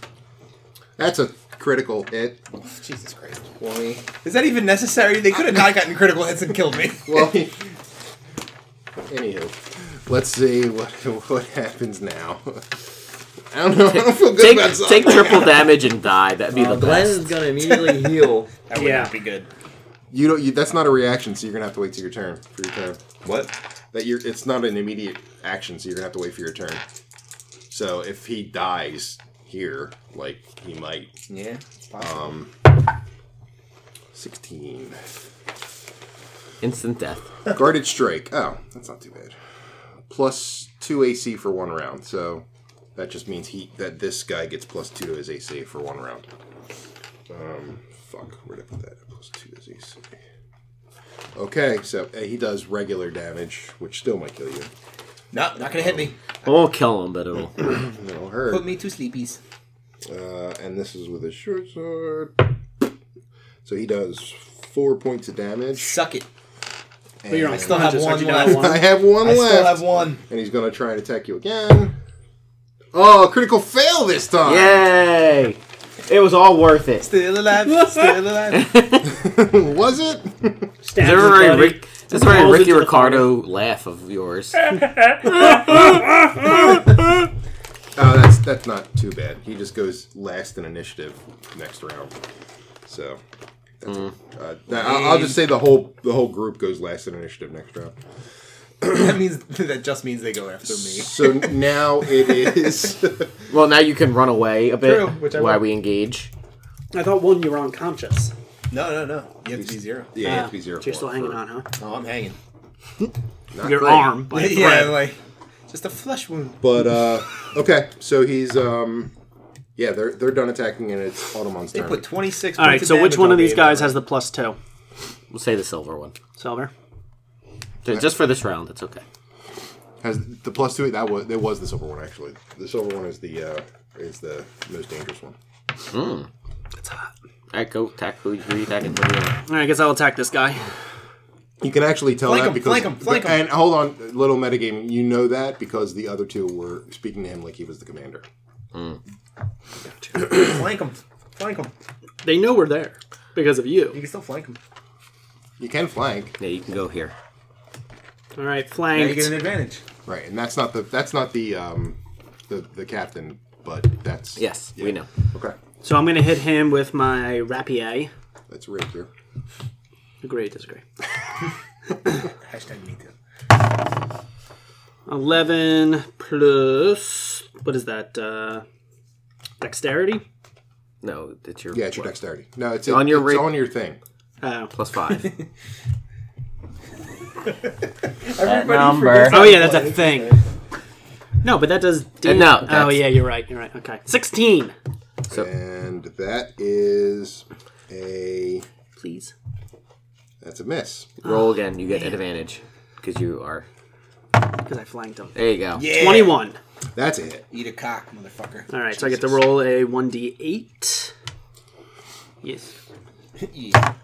S4: That's a critical hit.
S5: Jesus Christ.
S4: Twenty.
S5: Is that even necessary? They could have not gotten critical hits and killed me.
S4: Well, anywho, let's see what what happens now. I don't know. I don't feel good
S3: Take,
S4: about something.
S3: take triple damage and die. That'd be the best.
S7: gonna immediately heal.
S5: That would
S8: Yeah.
S5: not be good.
S4: You don't. You, that's not a reaction, so you're gonna have to wait till your turn for your turn.
S5: What?
S4: That you're. It's not an immediate action, so you're gonna have to wait for your turn. So if he dies here, like he might,
S5: Yeah.
S4: um, sixteen
S3: Instant death.
S4: guarded strike. Oh, that's not too bad. Plus two AC for one round. So that just means he that this guy gets plus two to his AC for one round. Um, fuck, where'd I put that? Plus two to his AC. Okay, so uh, he does regular damage, which still might kill you.
S5: No, not gonna hit me.
S3: I won't kill him, but it'll.
S4: It'll hurt.
S5: Put me to sleepies.
S4: Uh, and this is with a short sword. So he does four points of damage.
S5: Suck it.
S4: But
S8: you're
S5: I
S8: on
S5: still have
S8: conscious, aren't
S5: one
S8: you down
S5: left.
S8: one?
S4: I have one
S5: I
S4: left.
S5: still have one.
S4: And he's gonna try and attack you again. Oh, critical fail this time!
S3: Yay! It was all worth it.
S5: Still alive. Still alive.
S4: Was it?
S8: Stabs
S3: Is there a
S8: his
S3: very,
S8: buddy.
S3: Rick, is there a
S8: Balls
S3: Ricky
S8: into the
S3: Ricardo laugh of yours?
S4: Oh, that's that's not too bad. He just goes last in initiative next round. So that's uh, that- I'll, I'll just say the whole the whole group goes last in initiative next round.
S5: that means that just means they go after me.
S4: So now it is.
S3: well, now you can run away a bit
S5: True, which I
S3: while
S5: will.
S3: we engage.
S8: I thought one you were unconscious.
S5: No, no, no. You have to be zero.
S4: yeah, you have
S2: Ah, Oh.
S4: to be zero.
S8: So you're
S4: for-
S8: still hanging
S4: for-
S8: on, huh?
S5: Oh, I'm hanging.
S4: not
S2: Your
S4: great.
S2: arm. By a
S5: yeah,
S2: thread.
S5: like just a flesh wound.
S4: But uh, okay, so he's um, yeah, they're they're done attacking and it's Automon's
S5: They
S4: turn.
S5: put 26.
S2: All right. So which one of these guys has the plus two?
S3: We'll say the silver one.
S2: Silver.
S3: Ju- Just for this round, it's okay.
S4: Has the plus two? That was that was the silver one actually. The silver one is the uh, is the most dangerous one.
S3: All right, go attack who who you attacking. What do you want?
S2: All right. I guess I'll attack this guy.
S4: You can actually tell
S5: Flank
S4: that
S5: him,
S4: because
S5: flank him, flank him.
S4: and hold on, little metagaming. You know that because the other two were speaking to him like he was the commander.
S5: Flank them. Flank them.
S2: They know we're there because of
S5: You
S2: you.
S5: can still flank them.
S4: You can flank,
S3: Yeah, you can go here.
S2: All right.
S5: Now you
S2: Flanked.
S5: get an advantage.
S4: right? And that's not the that's not the um the the captain, but that's
S3: Yes,
S4: Yeah.
S3: we know.
S4: Okay,
S2: So I'm gonna hit him with my rapier.
S4: that's rapier.
S2: Agree? Disagree?
S5: Hashtag me too.
S2: Eleven plus what is that? Uh, dexterity.
S3: No, it's your
S4: Yeah, it's your dexterity. No, it's
S3: On your
S4: it's
S3: ra-
S4: on your thing.
S2: Oh.
S3: plus five.
S7: Number.
S2: Oh yeah, that's a thing. No, but that does.
S3: Uh, no,
S2: Oh
S3: that's-
S2: yeah, you're right. You're right. Okay. Sixteen.
S4: And that is a
S2: Please.
S4: that's a miss.
S3: Roll again. You get an advantage because you are.
S2: Because I flanked him.
S3: There you go.
S5: Yeah.
S2: Twenty-one.
S4: That's a hit.
S5: Eat a cock, motherfucker.
S2: All right, so I get to roll a one d eight. Yes.
S5: Yeah.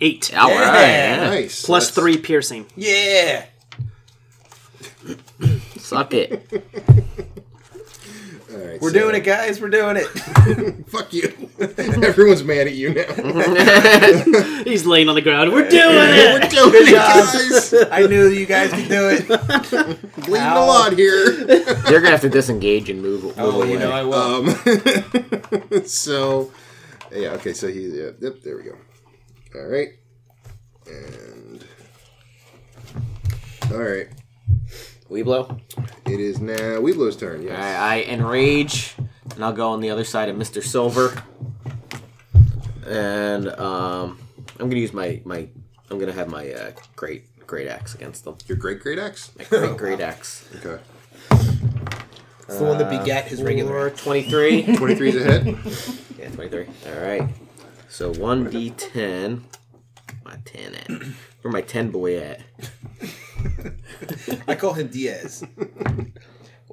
S2: Eight.
S3: All right. yeah.
S4: Nice.
S2: Plus
S4: That's-
S2: three piercing.
S5: Yeah.
S3: Suck it.
S4: all right,
S5: We're
S4: so-
S5: doing it, guys. We're doing it.
S4: Fuck you. Everyone's mad at you now.
S2: He's laying on the ground. We're doing it.
S4: We're doing it, guys.
S5: I knew you guys could do it.
S4: Bleeding a lot here.
S3: You're gonna have to disengage and move. move
S4: Oh,
S3: away.
S5: I will.
S4: Um, so, yeah, okay, so he, yeah, yep, there we go. All right. And, all right.
S3: We blow.
S4: It is now Weeblo's turn, yes.
S3: I, I enrage, and I'll go on the other side of Mister Silver. And um, I'm gonna use my my. I'm gonna have my uh, great great axe against them.
S4: Your great, great axe?
S3: My great great axe.
S4: Okay.
S5: It's the one that begat his regular.
S3: Four twenty-three.
S4: 23's a hit.
S3: Yeah, 23. All right. So 1d10. My 10 at? Where my 10 boy at?
S5: I call him Diaz.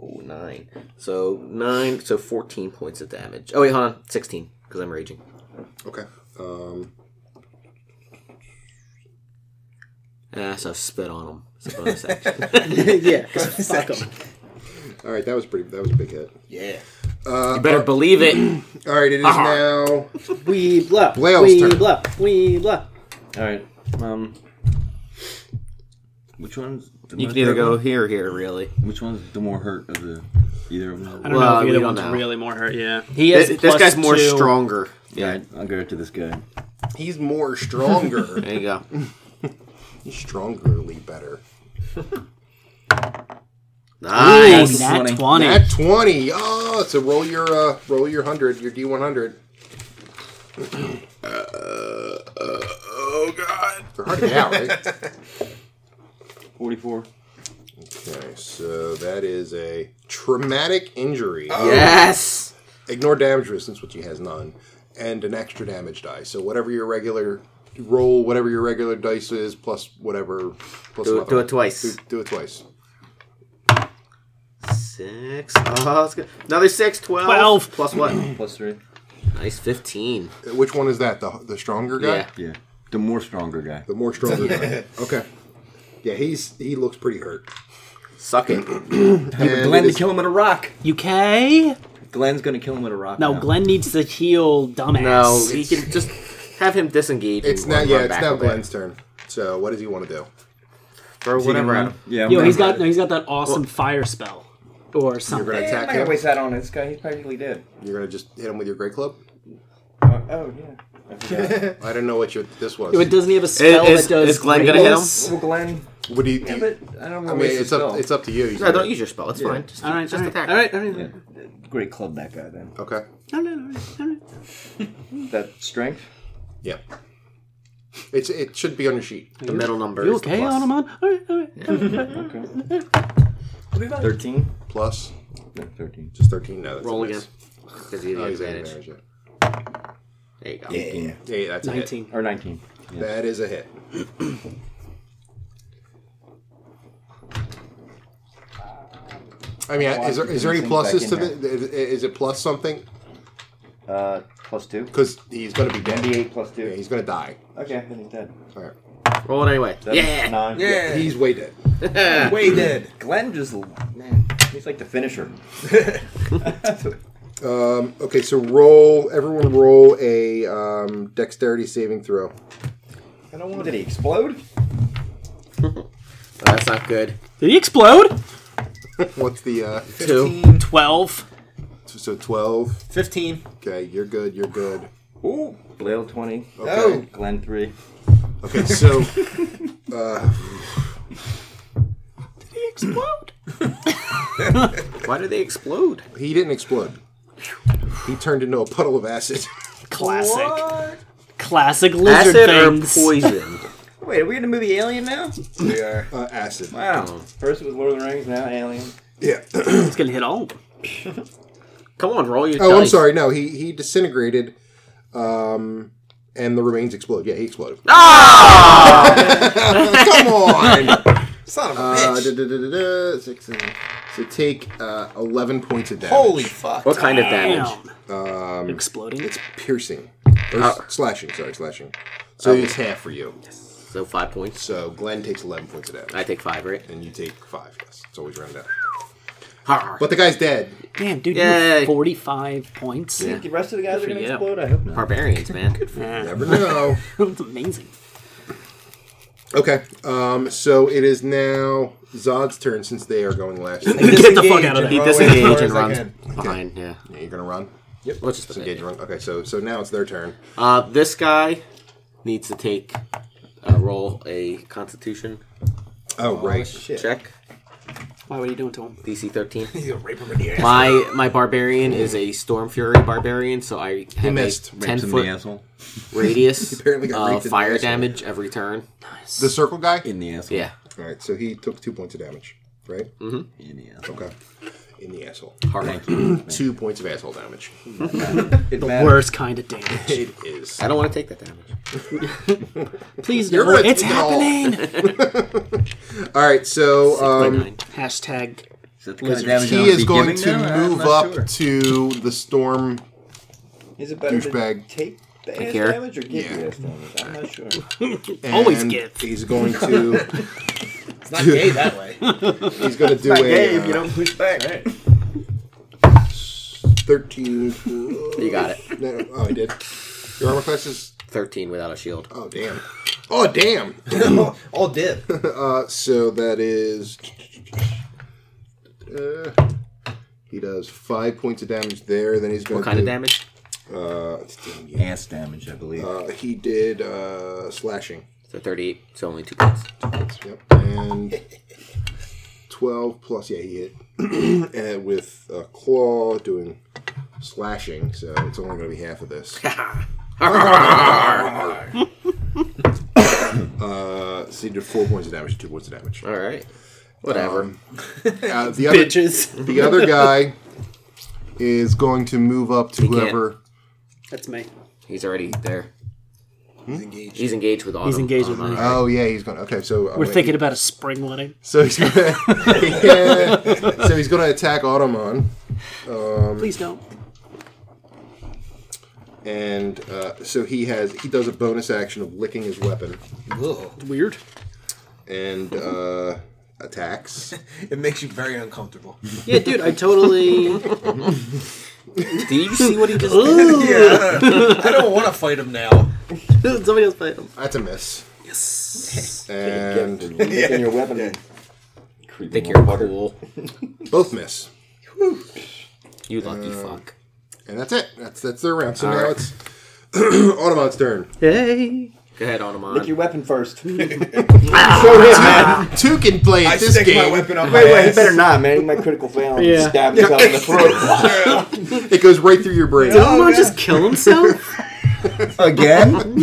S3: Oh, 9. So 9. So 14 points of damage. Oh, wait, hold on. 16, because I'm raging.
S4: Okay. Um,
S3: Ah, so spit on him. It's a bonus action.
S8: yeah, 'cause fuck 'em.
S4: all right, that was pretty, that was a big hit.
S5: Yeah.
S3: you better believe it.
S4: All right, it is
S3: Uh-huh.
S4: now
S8: We blah.
S4: Blail's
S8: we
S4: turn.
S8: blah. We blah.
S7: All right. Um. Which one's the
S3: You
S7: most
S3: can either
S7: hurt
S3: go
S7: one?
S3: here or here, really.
S7: Which one's the more hurt of the? Either of them.
S2: I don't
S3: Well,
S2: know if
S3: we
S2: either
S3: don't
S2: one's
S3: know.
S2: really more hurt. Yeah, he has.
S3: This, this
S2: plus
S3: guy's more
S2: two.
S3: stronger.
S7: Yeah, I'll go to this guy.
S4: He's more stronger.
S3: There you go.
S4: He's strongerly better.
S3: Nice.
S2: Nat
S7: 20.
S2: 20.
S4: At twenty. Oh, so roll your uh, roll your hundred, your D one hundred. Uh, Oh god, they're hard to get out, right?
S7: 44.
S4: Okay, so that is a traumatic injury.
S3: Yes.
S4: Ignore damage resistance, which he has none, and an extra damage die. So whatever your regular roll, whatever your regular dice is, plus whatever. Plus
S3: Do it-
S4: another
S3: do it
S4: one.
S3: twice.
S4: Do, do it twice.
S3: Six. Oh, that's good. Another six. Twelve.
S2: Twelve.
S3: Plus what?
S7: Plus 3.
S3: nice. Fifteen.
S4: Which one is that? The the stronger guy.
S3: Yeah.
S7: Yeah. The more stronger guy.
S4: The more stronger guy. Okay. Yeah, he's he looks pretty hurt.
S3: Suck it.
S4: And
S7: Glenn
S4: it
S7: to
S4: is-
S7: kill him with a rock.
S2: UK?
S7: Glenn's gonna kill him with a rock.
S2: No,
S7: now.
S2: Glenn needs to heal, dumbass.
S3: No, he can just have him disengage. and
S4: It's now
S3: run
S4: yeah, it's
S3: back a
S4: now
S3: bit.
S4: Glenn's turn. So what does he want to do?
S3: Throw
S7: Is he gonna
S3: whatever at
S7: run?
S3: him.
S7: Yeah.
S2: Yo,
S7: I'm
S2: he's
S7: gonna-
S2: got no, he's got that awesome fire spell or
S4: You're
S2: something.
S4: gonna
S9: I'm
S4: attack
S9: not gonna
S4: him.
S9: waste that on this guy. He's practically dead.
S4: You're gonna just hit him with your great club.
S9: Uh, oh yeah. I forgot.
S4: I don't know what you, this was.
S2: But doesn't he have a spell
S3: is-
S2: that does?
S3: is Glenn gonna hit him?
S2: grace?
S9: well, Glenn.
S4: What do you? do
S9: Yeah,
S4: you-
S9: but I don't
S4: I
S9: want to
S4: mean,
S9: waste
S4: it's
S9: his
S4: up.
S9: spell.
S4: It's up to you. You
S3: No,
S4: can-
S3: don't use your spell. It's fine. Just,
S2: All right,
S3: just
S2: all right,
S3: attack.
S2: All right, all right.
S7: Great club that guy then.
S4: Okay.
S2: No, no, no, no, no.
S9: that strength.
S4: Yeah. It's it should be on your sheet.
S3: The middle number.
S2: You
S3: is the
S2: okay
S3: plus.
S2: on him, on? All right, all right. all right.
S7: 13.
S4: Plus,
S7: No, 13.
S4: just thirteen. No, that's
S3: Roll
S4: a
S3: again.
S4: miss.
S3: Because he
S4: Oh, he's
S3: has
S4: got
S3: advantage.
S4: advantage.
S3: There you go.
S7: Yeah.
S4: Yeah, yeah that's a hit.
S2: 19.
S7: Or 19. Yeah.
S4: That is a hit. I mean, is there is there any pluses to the? Is it plus something?
S7: Uh, plus 2.
S4: Because he's gonna be dead.
S9: 98 plus
S4: Yeah,
S9: 2.
S4: he's gonna die.
S9: Okay, then he's dead.
S4: All right.
S3: Roll it anyway.
S9: Seven,
S3: yeah.
S9: Nine.
S5: Yeah.
S4: He's way dead.
S5: Way dead.
S7: Glenn just.
S9: Man, he's like the finisher.
S4: Okay, so roll. Everyone, roll a um, dexterity saving throw.
S5: I don't want
S9: Did he explode?
S3: That's not good.
S2: Did he explode?
S4: What's the? Uh,
S3: Two.
S2: 12.
S4: so twelve.
S5: 15.
S4: Okay, you're good. You're good.
S7: Ooh. Blail 20.
S5: Oh.
S4: Okay.
S7: Glenn 3.
S4: Okay, so
S2: Explode?
S3: Why do they explode?
S4: he didn't explode. He turned into a puddle of acid.
S2: Classic. Classic lizard
S3: Acid or
S2: things.
S3: poison?
S9: Wait, are we in the movie Alien now?
S5: We are.
S4: Uh, acid.
S9: Wow. First it was Lord of the Rings, now Alien.
S4: Yeah.
S2: It's gonna hit all of them.
S3: Come on, roll your.
S4: Oh, I'm
S3: dice.
S4: sorry. No, he he disintegrated, um, and the remains explode. Yeah, he exploded.
S3: Ah!
S4: Come on.
S5: Son of a
S4: Uh,
S5: bitch.
S4: da, da, da, da, da, six, seven. so take uh, eleven points of damage.
S5: Holy fuck.
S3: What kind of damage?
S2: Um, Exploding.
S4: It's piercing or s- slashing. Sorry, slashing. So it's half for you.
S3: So five points.
S4: So Glenn takes eleven points of damage,
S3: I take five, right?
S4: and you take five. Yes, it's always rounded up.
S3: Har.
S4: But the guy's dead.
S2: Damn, dude, you
S3: Yay.
S2: have 45 points.
S3: Yeah.
S9: The rest of the guys are
S2: for
S9: gonna
S2: you.
S9: explode. I hope not.
S3: Barbarians, man.
S4: Never know.
S2: That's amazing.
S4: okay. Um. So it is now Zod's turn since they are going last. yeah,
S2: Get the fuck out of
S3: He
S2: there.
S5: Disengage.
S3: disengage and
S5: as I
S3: runs
S5: can.
S3: behind. Yeah.
S4: you're gonna run.
S3: Let's just
S4: Engage and run. Okay. So so now it's their turn.
S3: Uh, this guy needs to take uh, roll a Constitution
S4: Oh right.
S5: Shit.
S3: check.
S2: Why were you doing to him?
S3: DC 13.
S5: He's gonna rape him in the ass.
S3: My my barbarian is a Storm Fury barbarian, so I have
S4: missed.
S3: a
S4: Raped
S3: ten
S7: Rapes him in the
S3: foot
S7: asshole.
S3: radius
S4: apparently got
S3: of
S4: raped in the
S3: fire
S4: asshole.
S3: damage every turn.
S4: The circle guy.
S7: In the asshole.
S3: Yeah,
S4: All right. So he took two points of damage. Right.
S7: In the asshole.
S4: Okay. In the asshole.
S3: hard.
S4: Two points of asshole damage.
S7: It
S2: The
S7: matters.
S2: worst kind of damage.
S4: It is.
S3: I don't want to take that damage.
S2: Please,
S4: You're
S2: no,
S4: gonna
S2: it's
S4: take it all.
S2: happening.
S4: All right. So um,
S3: Nine.
S2: Hashtag.
S7: Is that the kind of damage I
S4: he
S7: wanna
S4: is
S7: be
S4: going
S7: giving
S4: to
S7: now? I'm
S4: move
S7: not
S4: up
S7: sure.
S4: to the storm
S9: Is it better to
S4: Douchebag.
S9: take the ass
S3: care.
S9: damage or give
S4: Yeah.
S9: the ass damage? I'm not sure.
S2: Always
S4: and
S2: give.
S4: He's going to.
S5: It's not gay that way.
S4: He's going to do a uh,
S7: don't push back.
S4: thirteen. Oh,
S3: You got it.
S4: No, no, oh, I did. Your armor class is.
S3: Thirteen without a shield.
S4: Oh damn. Oh damn.
S5: All dip.
S4: Uh, so that is. Uh, He does five points of damage there. Then he's going
S3: What
S4: to
S3: kind of damage?
S4: Uh, it's damn you.
S7: Ass damage, I believe.
S4: uh, he did uh, slashing.
S3: So 38, so only two points.
S4: Yep. And 12 plus, yeah, he hit. and with a claw doing slashing, so it's only going to be half of this. uh, so he did four points of damage, two points of damage.
S3: All right. Whatever.
S4: Um, uh, the, other,
S8: Bitches.
S4: the other guy is going to move up to
S3: can't.
S4: whoever.
S8: That's me.
S3: He's already there. He's engaged with Autumn.
S2: He's engaged with me.
S4: Oh, yeah, he's going to. Okay, so. oh,
S2: We're thinking about a spring wedding.
S4: So he's gonna, Yeah. so he's gonna attack Automon,
S2: Please don't.
S4: and uh, so he has he does a bonus action of licking his weapon
S5: Ugh.
S2: Weird.
S4: and uh, attacks.
S5: It makes you very uncomfortable.
S2: Yeah, dude, I totally.
S3: Did you see what he just did?
S2: Ooh,
S5: Yeah. I don't want to fight him now.
S2: somebody else played him.
S4: That's a miss.
S2: Yes.
S4: And
S9: Licking your weapon.
S7: Creepy
S3: Think you're
S7: little fucker.
S3: cool.
S4: both miss.
S3: You lucky
S4: Uh,
S3: fuck.
S4: And that's it. That's that's their round. So
S3: All
S4: now
S3: right.
S4: it's Automon's turn.
S2: Hey.
S3: Go ahead,
S9: Lick your
S3: Autumn.
S9: weapon first. wait,
S4: Two can play at
S5: I
S4: this
S5: stick my
S4: game.
S5: weapon up my
S9: wait, he
S5: ass.
S9: better not, man. He might critical fail and
S2: Yeah.
S9: stab himself in the throat.
S4: It goes right through your brain.
S2: Did anyone just kill himself?
S7: Again?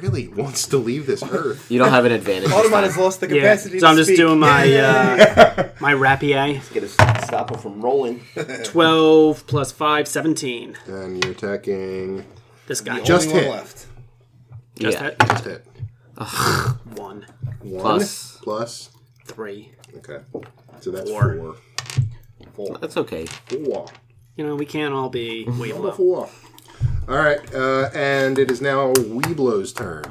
S4: Really wants to leave this earth.
S3: You don't have an advantage. this
S5: Automon
S3: time.
S5: has lost the
S2: yeah.
S5: capacity.
S2: So I'm
S5: to
S2: just
S5: speak.
S2: doing my uh, my rapier.
S9: Get a stop him from rolling.
S2: 12 plus 5, 17.
S4: And you're attacking.
S2: This guy.
S5: Only
S4: Just
S5: one
S4: hit.
S5: left.
S2: Just
S3: yeah.
S2: hit.
S4: Just hit.
S2: One,
S4: One
S3: Plus.
S4: plus.
S2: three.
S4: Okay. So that's
S2: Four.
S4: four. Four.
S3: That's okay.
S4: Four.
S2: You know, we can't all be
S4: Number
S2: Weeblo.
S4: four. All right, uh, and it is now Weeblo's turn.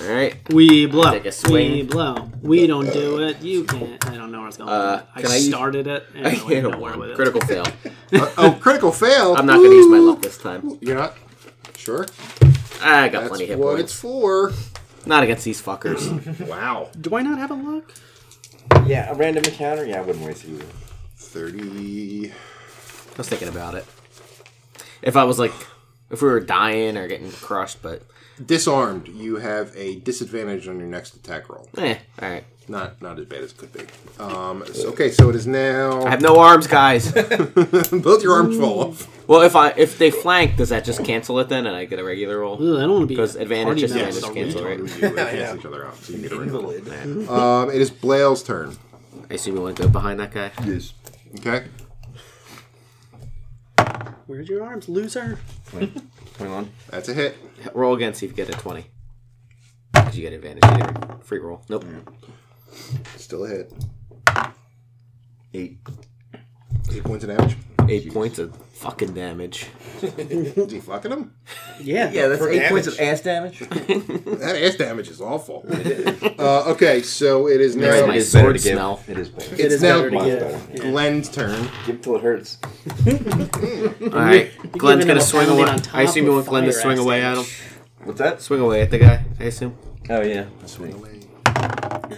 S3: All right.
S2: We blow.
S3: Take a swing.
S2: We blow. We don't do it. You can't. I don't know where it's going.
S3: Uh,
S2: I
S3: can I use-
S2: started it. And
S3: I
S2: I went
S3: hit a
S2: nowhere
S3: one.
S2: with it.
S3: Critical fail.
S4: Uh, oh, critical fail!
S3: I'm not going to use my luck this time.
S4: You're not sure.
S3: I got
S4: That's
S3: plenty of hit
S4: what
S3: points.
S4: it's for.
S3: Not against these fuckers.
S4: Wow.
S2: Do I not have a luck?
S9: Yeah, a random encounter. Yeah, I wouldn't waste it either.
S4: Thirty.
S3: I was thinking about it. If I was like, if we were dying or getting crushed, but
S4: Disarmed. You have a disadvantage on your next attack roll.
S3: eh, all right.
S4: Not not as bad as it could be. Um, so- okay, so it is
S3: I
S4: now.
S3: have no arms, guys.
S4: Both your arms fall off.
S3: well, if I if they flank, does that just cancel it then, and I get a regular roll?
S2: Ooh, I don't want to be.
S3: Because advantage,
S2: party
S3: disadvantage,
S2: members.
S3: cancel, right?
S4: You cancel each other out. So you get a roll. Um, it is Blail's turn.
S3: I assume you want to go behind that guy.
S7: Yes.
S4: Okay.
S2: Where's your arms, loser?
S7: 21.
S4: That's a hit.
S3: Roll again, see if you get a twenty. Did you get advantage? Either. Free roll. Nope.
S4: Still a hit.
S7: 8.
S4: Eight points of damage.
S3: Eight points of fucking damage.
S4: Is he fucking him?
S2: Yeah.
S7: Yeah, that's 8 points
S5: damage.
S7: of ass damage.
S4: That ass damage is awful. uh, okay, so it is now.
S3: Right. my
S7: It's better
S3: sword
S7: to give.
S3: smell.
S7: It is better.
S4: It's
S8: is
S4: now
S8: better to get-
S9: better.
S4: Glenn's turn.
S9: Give it till it hurts.
S3: All right, Glenn's
S2: him
S3: gonna
S2: a
S3: swing
S2: pounding
S3: away.
S2: on top
S3: I assume you
S2: with
S3: want Glenn to
S8: fire
S3: swing
S8: ass
S3: away at him.
S7: What's that?
S3: Swing away at the guy. I assume.
S7: Oh, yeah. That's me.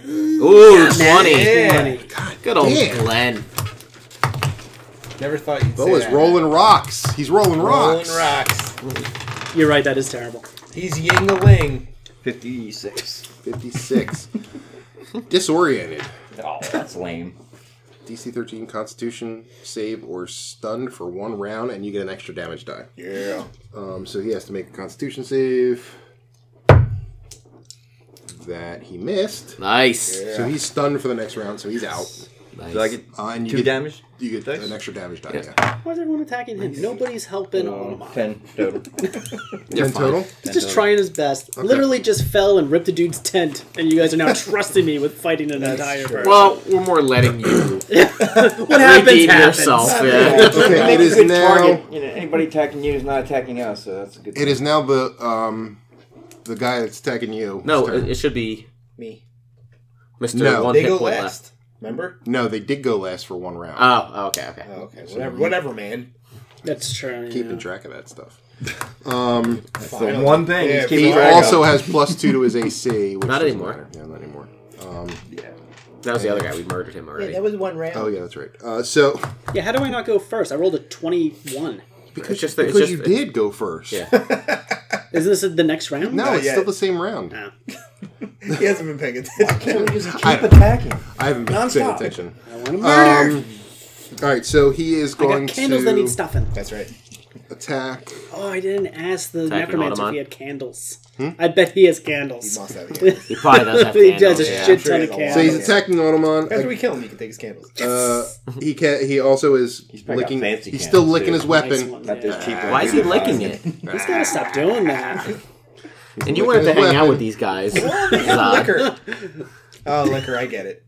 S3: Ooh, twenty.
S5: Yeah.
S3: Good old
S4: Damn.
S3: Glenn.
S5: Never thought you'd say
S4: Bo is
S5: that.
S4: rolling rocks. He's rolling
S5: Rolling
S4: rocks.
S5: rocks.
S2: You're right. That is terrible.
S5: He's ying a ling.
S7: 56.
S4: 56. Disoriented.
S7: Oh, that's lame.
S4: DC 13 Constitution save or stunned for one round, and you get an extra damage die.
S5: Yeah.
S4: Um, so he has to make a Constitution save. That he missed.
S3: Nice.
S4: So he's stunned for the next round, so he's out.
S3: nice.
S7: Do I get
S4: Uh, and you
S7: two
S4: get,
S7: damage?
S4: You get
S7: Dice?
S4: an extra damage die.
S3: Yeah.
S4: Yeah.
S2: Why is everyone attacking him? Nobody's helping on him.
S7: 10 total.
S3: You're
S4: Ten
S3: fine.
S4: total.
S2: He's just trying his best. Literally just fell and ripped a dude's tent, and you guys are now trusting me with fighting an entire bird.
S3: Well, we're more letting you
S2: what happens,
S3: redeem
S2: happens.
S3: yourself. Yeah.
S4: Okay, it
S9: Make a
S4: is
S9: good
S4: now.
S9: target. You know, anybody attacking you is not attacking us, so that's a good.
S4: It is now the um the guy that's attacking you.
S3: No,
S4: Turn.
S3: it, it should be
S5: Me.
S3: Mr.
S4: No.
S3: One
S5: They
S3: Hit
S5: go
S3: Point
S5: last. Remember?
S4: no, they did go last for one round.
S3: Left. Oh, okay, okay.
S5: Oh, okay. Whatever, whatever, man.
S2: That's true.
S4: Keeping track of that stuff.
S5: Fine.
S7: One thing.
S5: Yeah,
S7: just keep
S4: He
S7: track of.
S4: also has plus two to his AC. Which
S3: Not
S4: doesn't
S3: anymore.
S4: matter. Yeah, not anymore.
S7: Yeah.
S3: That was the other guy. We murdered him
S10: Yeah,
S3: already.
S10: that was one round.
S4: Oh yeah, that's right. Uh, so
S8: Yeah, how do I not go first? I rolled a 21.
S4: because,
S3: It's just that- it's
S4: because
S3: just-
S4: you did go first.
S3: Yeah.
S8: Is this the next round? Oh.
S4: No,
S5: Not
S4: it's
S5: yet.
S4: still the same round.
S8: No.
S5: He hasn't been paying attention.
S9: Can't we just keep
S4: I-
S9: attacking?
S4: I haven't been paying
S9: Nonstop.
S4: attention.
S8: I want to murder.
S4: Um, all right, so he is
S8: I
S4: going
S8: got candles
S4: to
S8: that need stuffing.
S5: That's right.
S4: attack.
S8: Oh, I didn't ask the
S3: Attacking
S8: necromancer if
S3: Autobot.
S8: he had candles.
S4: Hmm?
S8: I bet he has
S5: He
S8: candles.
S5: must have it.
S3: He probably does have
S8: he
S3: to
S8: does a
S3: handle it, yeah.
S8: shit
S5: Sure
S8: ton
S5: he
S8: of
S5: has a lot.
S8: candles.
S4: So he's attacking Automon.
S5: After we kill him, you can take his candles.
S4: Uh, he can. He also is
S9: probably got
S4: licking.
S9: fancy
S4: He's still
S9: cannons,
S4: licking
S9: too.
S4: his
S8: Nice
S4: weapon.
S8: one,
S9: Not
S8: yeah.
S9: this cheap.
S3: Why is he licking it?
S8: He's gotta stop doing that.
S3: And you wanted to hang out with these guys. Zod.
S5: liquor. Oh, liquor. I get it.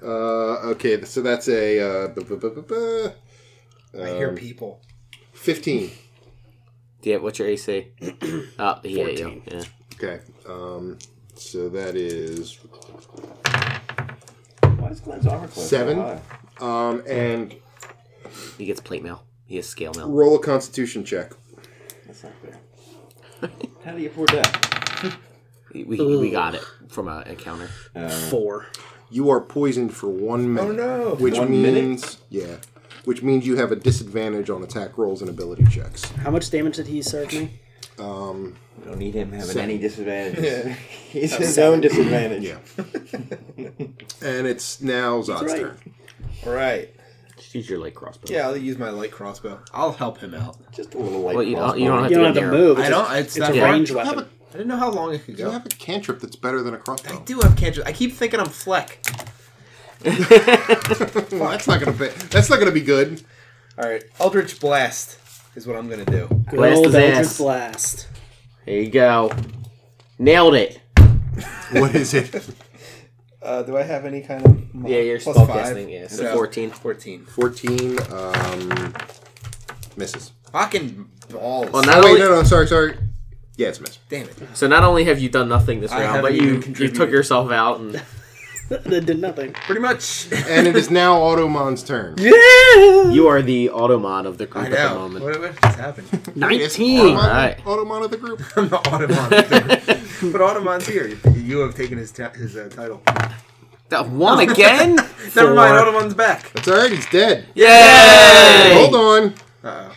S4: Uh, okay, so that's a uh, bu- bu- bu- bu- bu-
S5: I hear people.
S4: fifteen.
S3: Yeah, what's your AC? Oh, he ate you. Yeah.
S4: Okay, um, so that is
S9: Why is Glenn's armor class so
S4: Seven.
S9: high?
S4: um, and
S3: He gets plate mail. He has scale mail.
S4: roll a Constitution check.
S9: That's not fair. How do you afford that?
S3: We, we got it from an encounter.
S9: Uh,
S8: Four.
S4: You are poisoned for one minute.
S5: Oh no.
S4: Which
S9: One minute?
S4: means yeah, which means you have a disadvantage on attack rolls and ability checks.
S8: How much damage did he serve me?
S9: We don't need him having
S4: Seven.
S9: any disadvantages. He's his own disadvantage.
S4: Yeah, and it's now Zod's
S9: right.
S4: turn.
S5: All right.
S3: Just use your light crossbow.
S5: Yeah, I'll use my light crossbow. I'll help him out.
S9: Just a little light.
S3: Well, you don't,
S9: crossbow.
S3: you don't have
S8: You
S3: to
S8: don't
S3: get
S8: have to
S3: narrow.
S8: move. It's
S11: I
S8: just-
S11: don't. It's,
S8: It's
S11: not
S8: a
S11: that
S3: Yeah.
S11: far.
S8: range
S4: You have a,
S8: weapon.
S11: I didn't know how long it could
S4: you
S11: go.
S4: have a cantrip that's better than a crossbow.
S11: I do have cantrips. I keep thinking I'm Fleck.
S4: Well, that's not gonna be. That's not gonna be good.
S5: All right. Eldritch blast is what I'm gonna do.
S8: Good
S3: Blast
S8: old
S3: his
S8: Eldritch
S3: ass.
S8: Blast.
S3: There you go. Nailed it.
S4: What is it?
S5: Uh, do I have any kind of?
S3: Yeah, you're
S5: Plus
S3: spellcasting.
S5: five.
S3: Yeah, so
S5: So-
S3: 14.
S5: 14.
S4: Fourteen um, misses.
S11: Fucking
S5: Balls.
S3: Well, not
S4: Wait,
S3: only,
S4: no, no, sorry, sorry. Yeah, it's a miss.
S11: damn it.
S3: So not only have you done nothing this
S5: I
S3: round,
S5: haven't
S3: but
S5: even
S3: you, you took
S5: contributed.
S3: yourself out and
S8: That did nothing.
S11: Pretty much.
S4: And it is now Automon's turn.
S3: you are the automon of the group
S11: I
S3: at the
S11: know.
S3: moment.
S11: What, what just happened?
S4: It is
S8: 19.
S4: Automon,
S3: Alright.
S4: Automon of the group.
S11: I'm the Autobot. but Autobot's here. You have taken his ta- his uh, title.
S3: That one again?
S11: Never mind. Autobot's back.
S4: That's alright, he's dead.
S3: Yay!
S4: Hold on.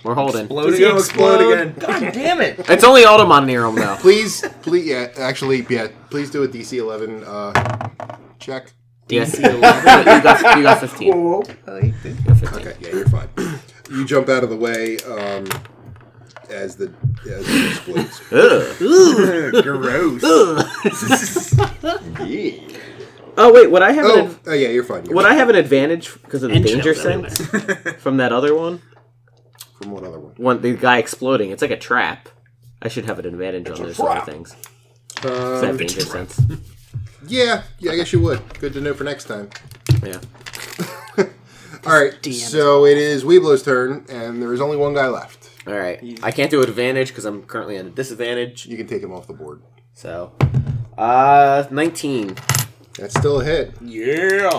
S3: We're holding.
S11: Does he explode again? God damn it!
S3: It's only automon near him now.
S4: Please, please, yeah, actually, yeah, please do a DC 11 uh, check.
S3: Yes, you got, you got 15.
S11: Whoa,
S9: Uh,
S11: I did.
S3: You got 15.
S4: Okay, yeah, you're fine. You jump out of the way um, as the as it explodes.
S3: Ugh.
S11: Gross.
S3: Oh wait, would I have an
S4: Oh,
S3: ad-
S4: oh, yeah, you're fine. You're
S3: would
S4: fine.
S3: I have an advantage because of the
S8: And
S3: danger
S8: chills everywhere.
S3: sense from that other one?
S4: From what other one?
S3: One the guy exploding. It's like a trap. I should have an advantage on those sort of things. Does that
S4: Um,
S3: danger sense?
S4: yeah, yeah, I guess you would. Good to know for next time.
S3: Yeah.
S4: All right, so it is Weeblo's turn, and there is only one guy left.
S3: All right. I can't do advantage because I'm currently at a disadvantage.
S4: You can take him off the board.
S3: So, uh, 19.
S4: That's still a hit.
S11: Yeah.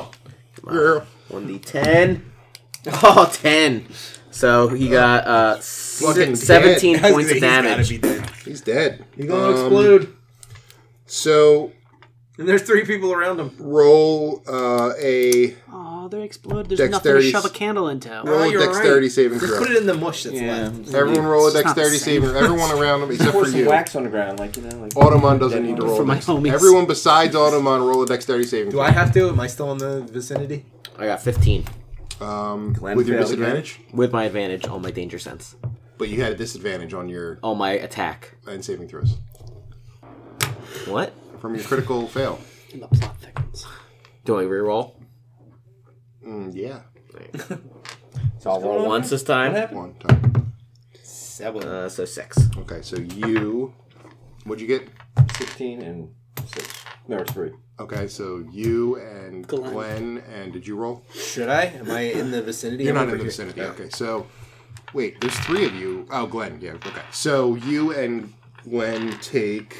S4: Girl.
S3: 1d10. Oh, 10. So he got uh,
S4: Fucking
S3: si 17
S4: dead.
S3: points of damage.
S4: He's dead.
S11: He's gonna
S4: Um,
S11: explode.
S4: So
S11: And there's three people around him.
S4: roll uh, a
S2: Oh, they explode. There's
S4: Dexterity.
S2: nothing to shove a candle into.
S4: roll
S11: Oh,
S4: a
S11: you're right.
S4: dexterity saving
S5: Just
S4: throw.
S5: put it in the mush that's
S9: Yeah.
S5: left.
S4: Everyone roll a
S2: It's not the
S4: dexterity
S2: same.
S4: saving. throw. Everyone around him except
S9: Pour
S4: for
S9: some
S4: you.
S9: wax on the ground, like you know, like.
S4: Automon doesn't need to roll.
S2: For my
S4: dex-
S2: homies.
S4: Everyone besides Automon roll a dexterity saving
S11: Do I have to? Am I still in the vicinity?
S3: I got 15
S4: throw. Um,
S9: Glenn
S4: with your
S9: failed
S4: disadvantage,
S3: with my advantage on my danger sense.
S4: but you had a disadvantage on your
S3: On my attack.
S4: and saving throws
S3: What?
S4: from your critical fail.
S8: And the plot thickens.
S3: Do I reroll?
S4: Mm, yeah,
S3: So I'll roll once this time.
S4: one time.
S5: Seven.
S3: Uh, so six.
S4: Okay, so you, what'd you get?
S9: 16 and 6. No, it's 3.
S4: Okay, so you and Glenn,
S8: Glenn.
S4: and did you roll?
S5: Should I? Am I in the vicinity?
S4: You're
S5: I'm
S4: not in
S5: over
S4: the
S5: here.
S4: vicinity. Okay, so wait, there's three of you. Oh, Glenn. Yeah. Okay. So you and Glenn take.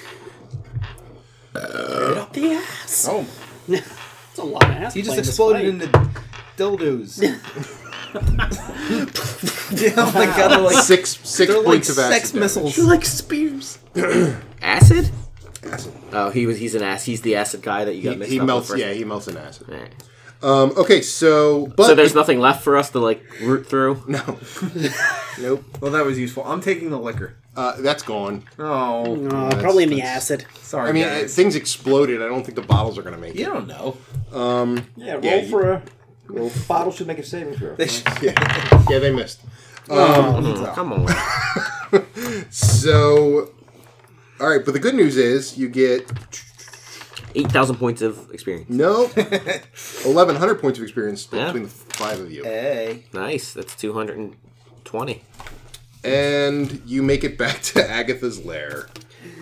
S8: Up the ass.
S5: Oh,
S8: That's a lot of ass.
S5: he just
S8: playing this
S5: exploded
S8: fight.
S5: into dildos. yeah, oh my god, they're like,
S4: Six six
S5: they're like
S4: points of acid.
S5: sex
S4: damage.
S5: missiles.
S8: You like spears.
S3: Acid?
S4: Acid.
S3: Oh, he was. He's an ass. He's the acid guy that you got
S4: He,
S3: mixed
S4: he
S3: up
S4: melts.
S3: with.
S4: Yeah, he melts in acid.
S3: Yeah.
S4: Um, okay, so but
S3: So there's nothing left for us to like root through.
S4: no, nope.
S11: Well, that was useful. I'm taking the liquor.
S4: Uh, that's gone.
S11: Oh,
S8: Uh,
S4: that's-
S8: probably in the
S4: that's-
S8: acid.
S11: sorry.
S4: I mean, uh,
S11: guys.
S4: things exploded. I don't think the bottles are gonna make
S5: You don't know.
S9: Yeah, roll
S4: Yeah, you-
S9: for a roll. bottle should make a saving throw.
S5: They should-
S4: it. Yeah, yeah, they missed.
S3: Come on.
S4: So, all right, but the good news is you get
S3: Eight thousand points of experience.
S4: no eleven hundred points of experience
S3: Yeah.
S4: between the five of you,
S5: Hey.
S3: Nice. That's two hundred and twenty.
S4: and you make it back to Agatha's lair.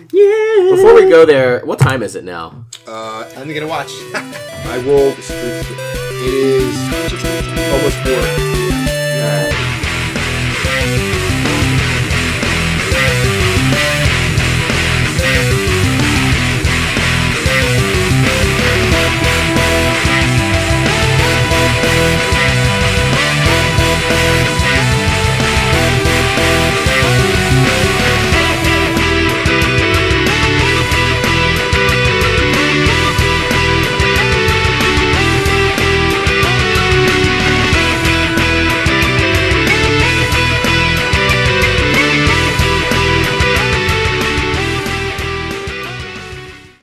S3: Before we go there, what time is it now?
S5: I'm gonna watch.
S4: I will. It is almost four.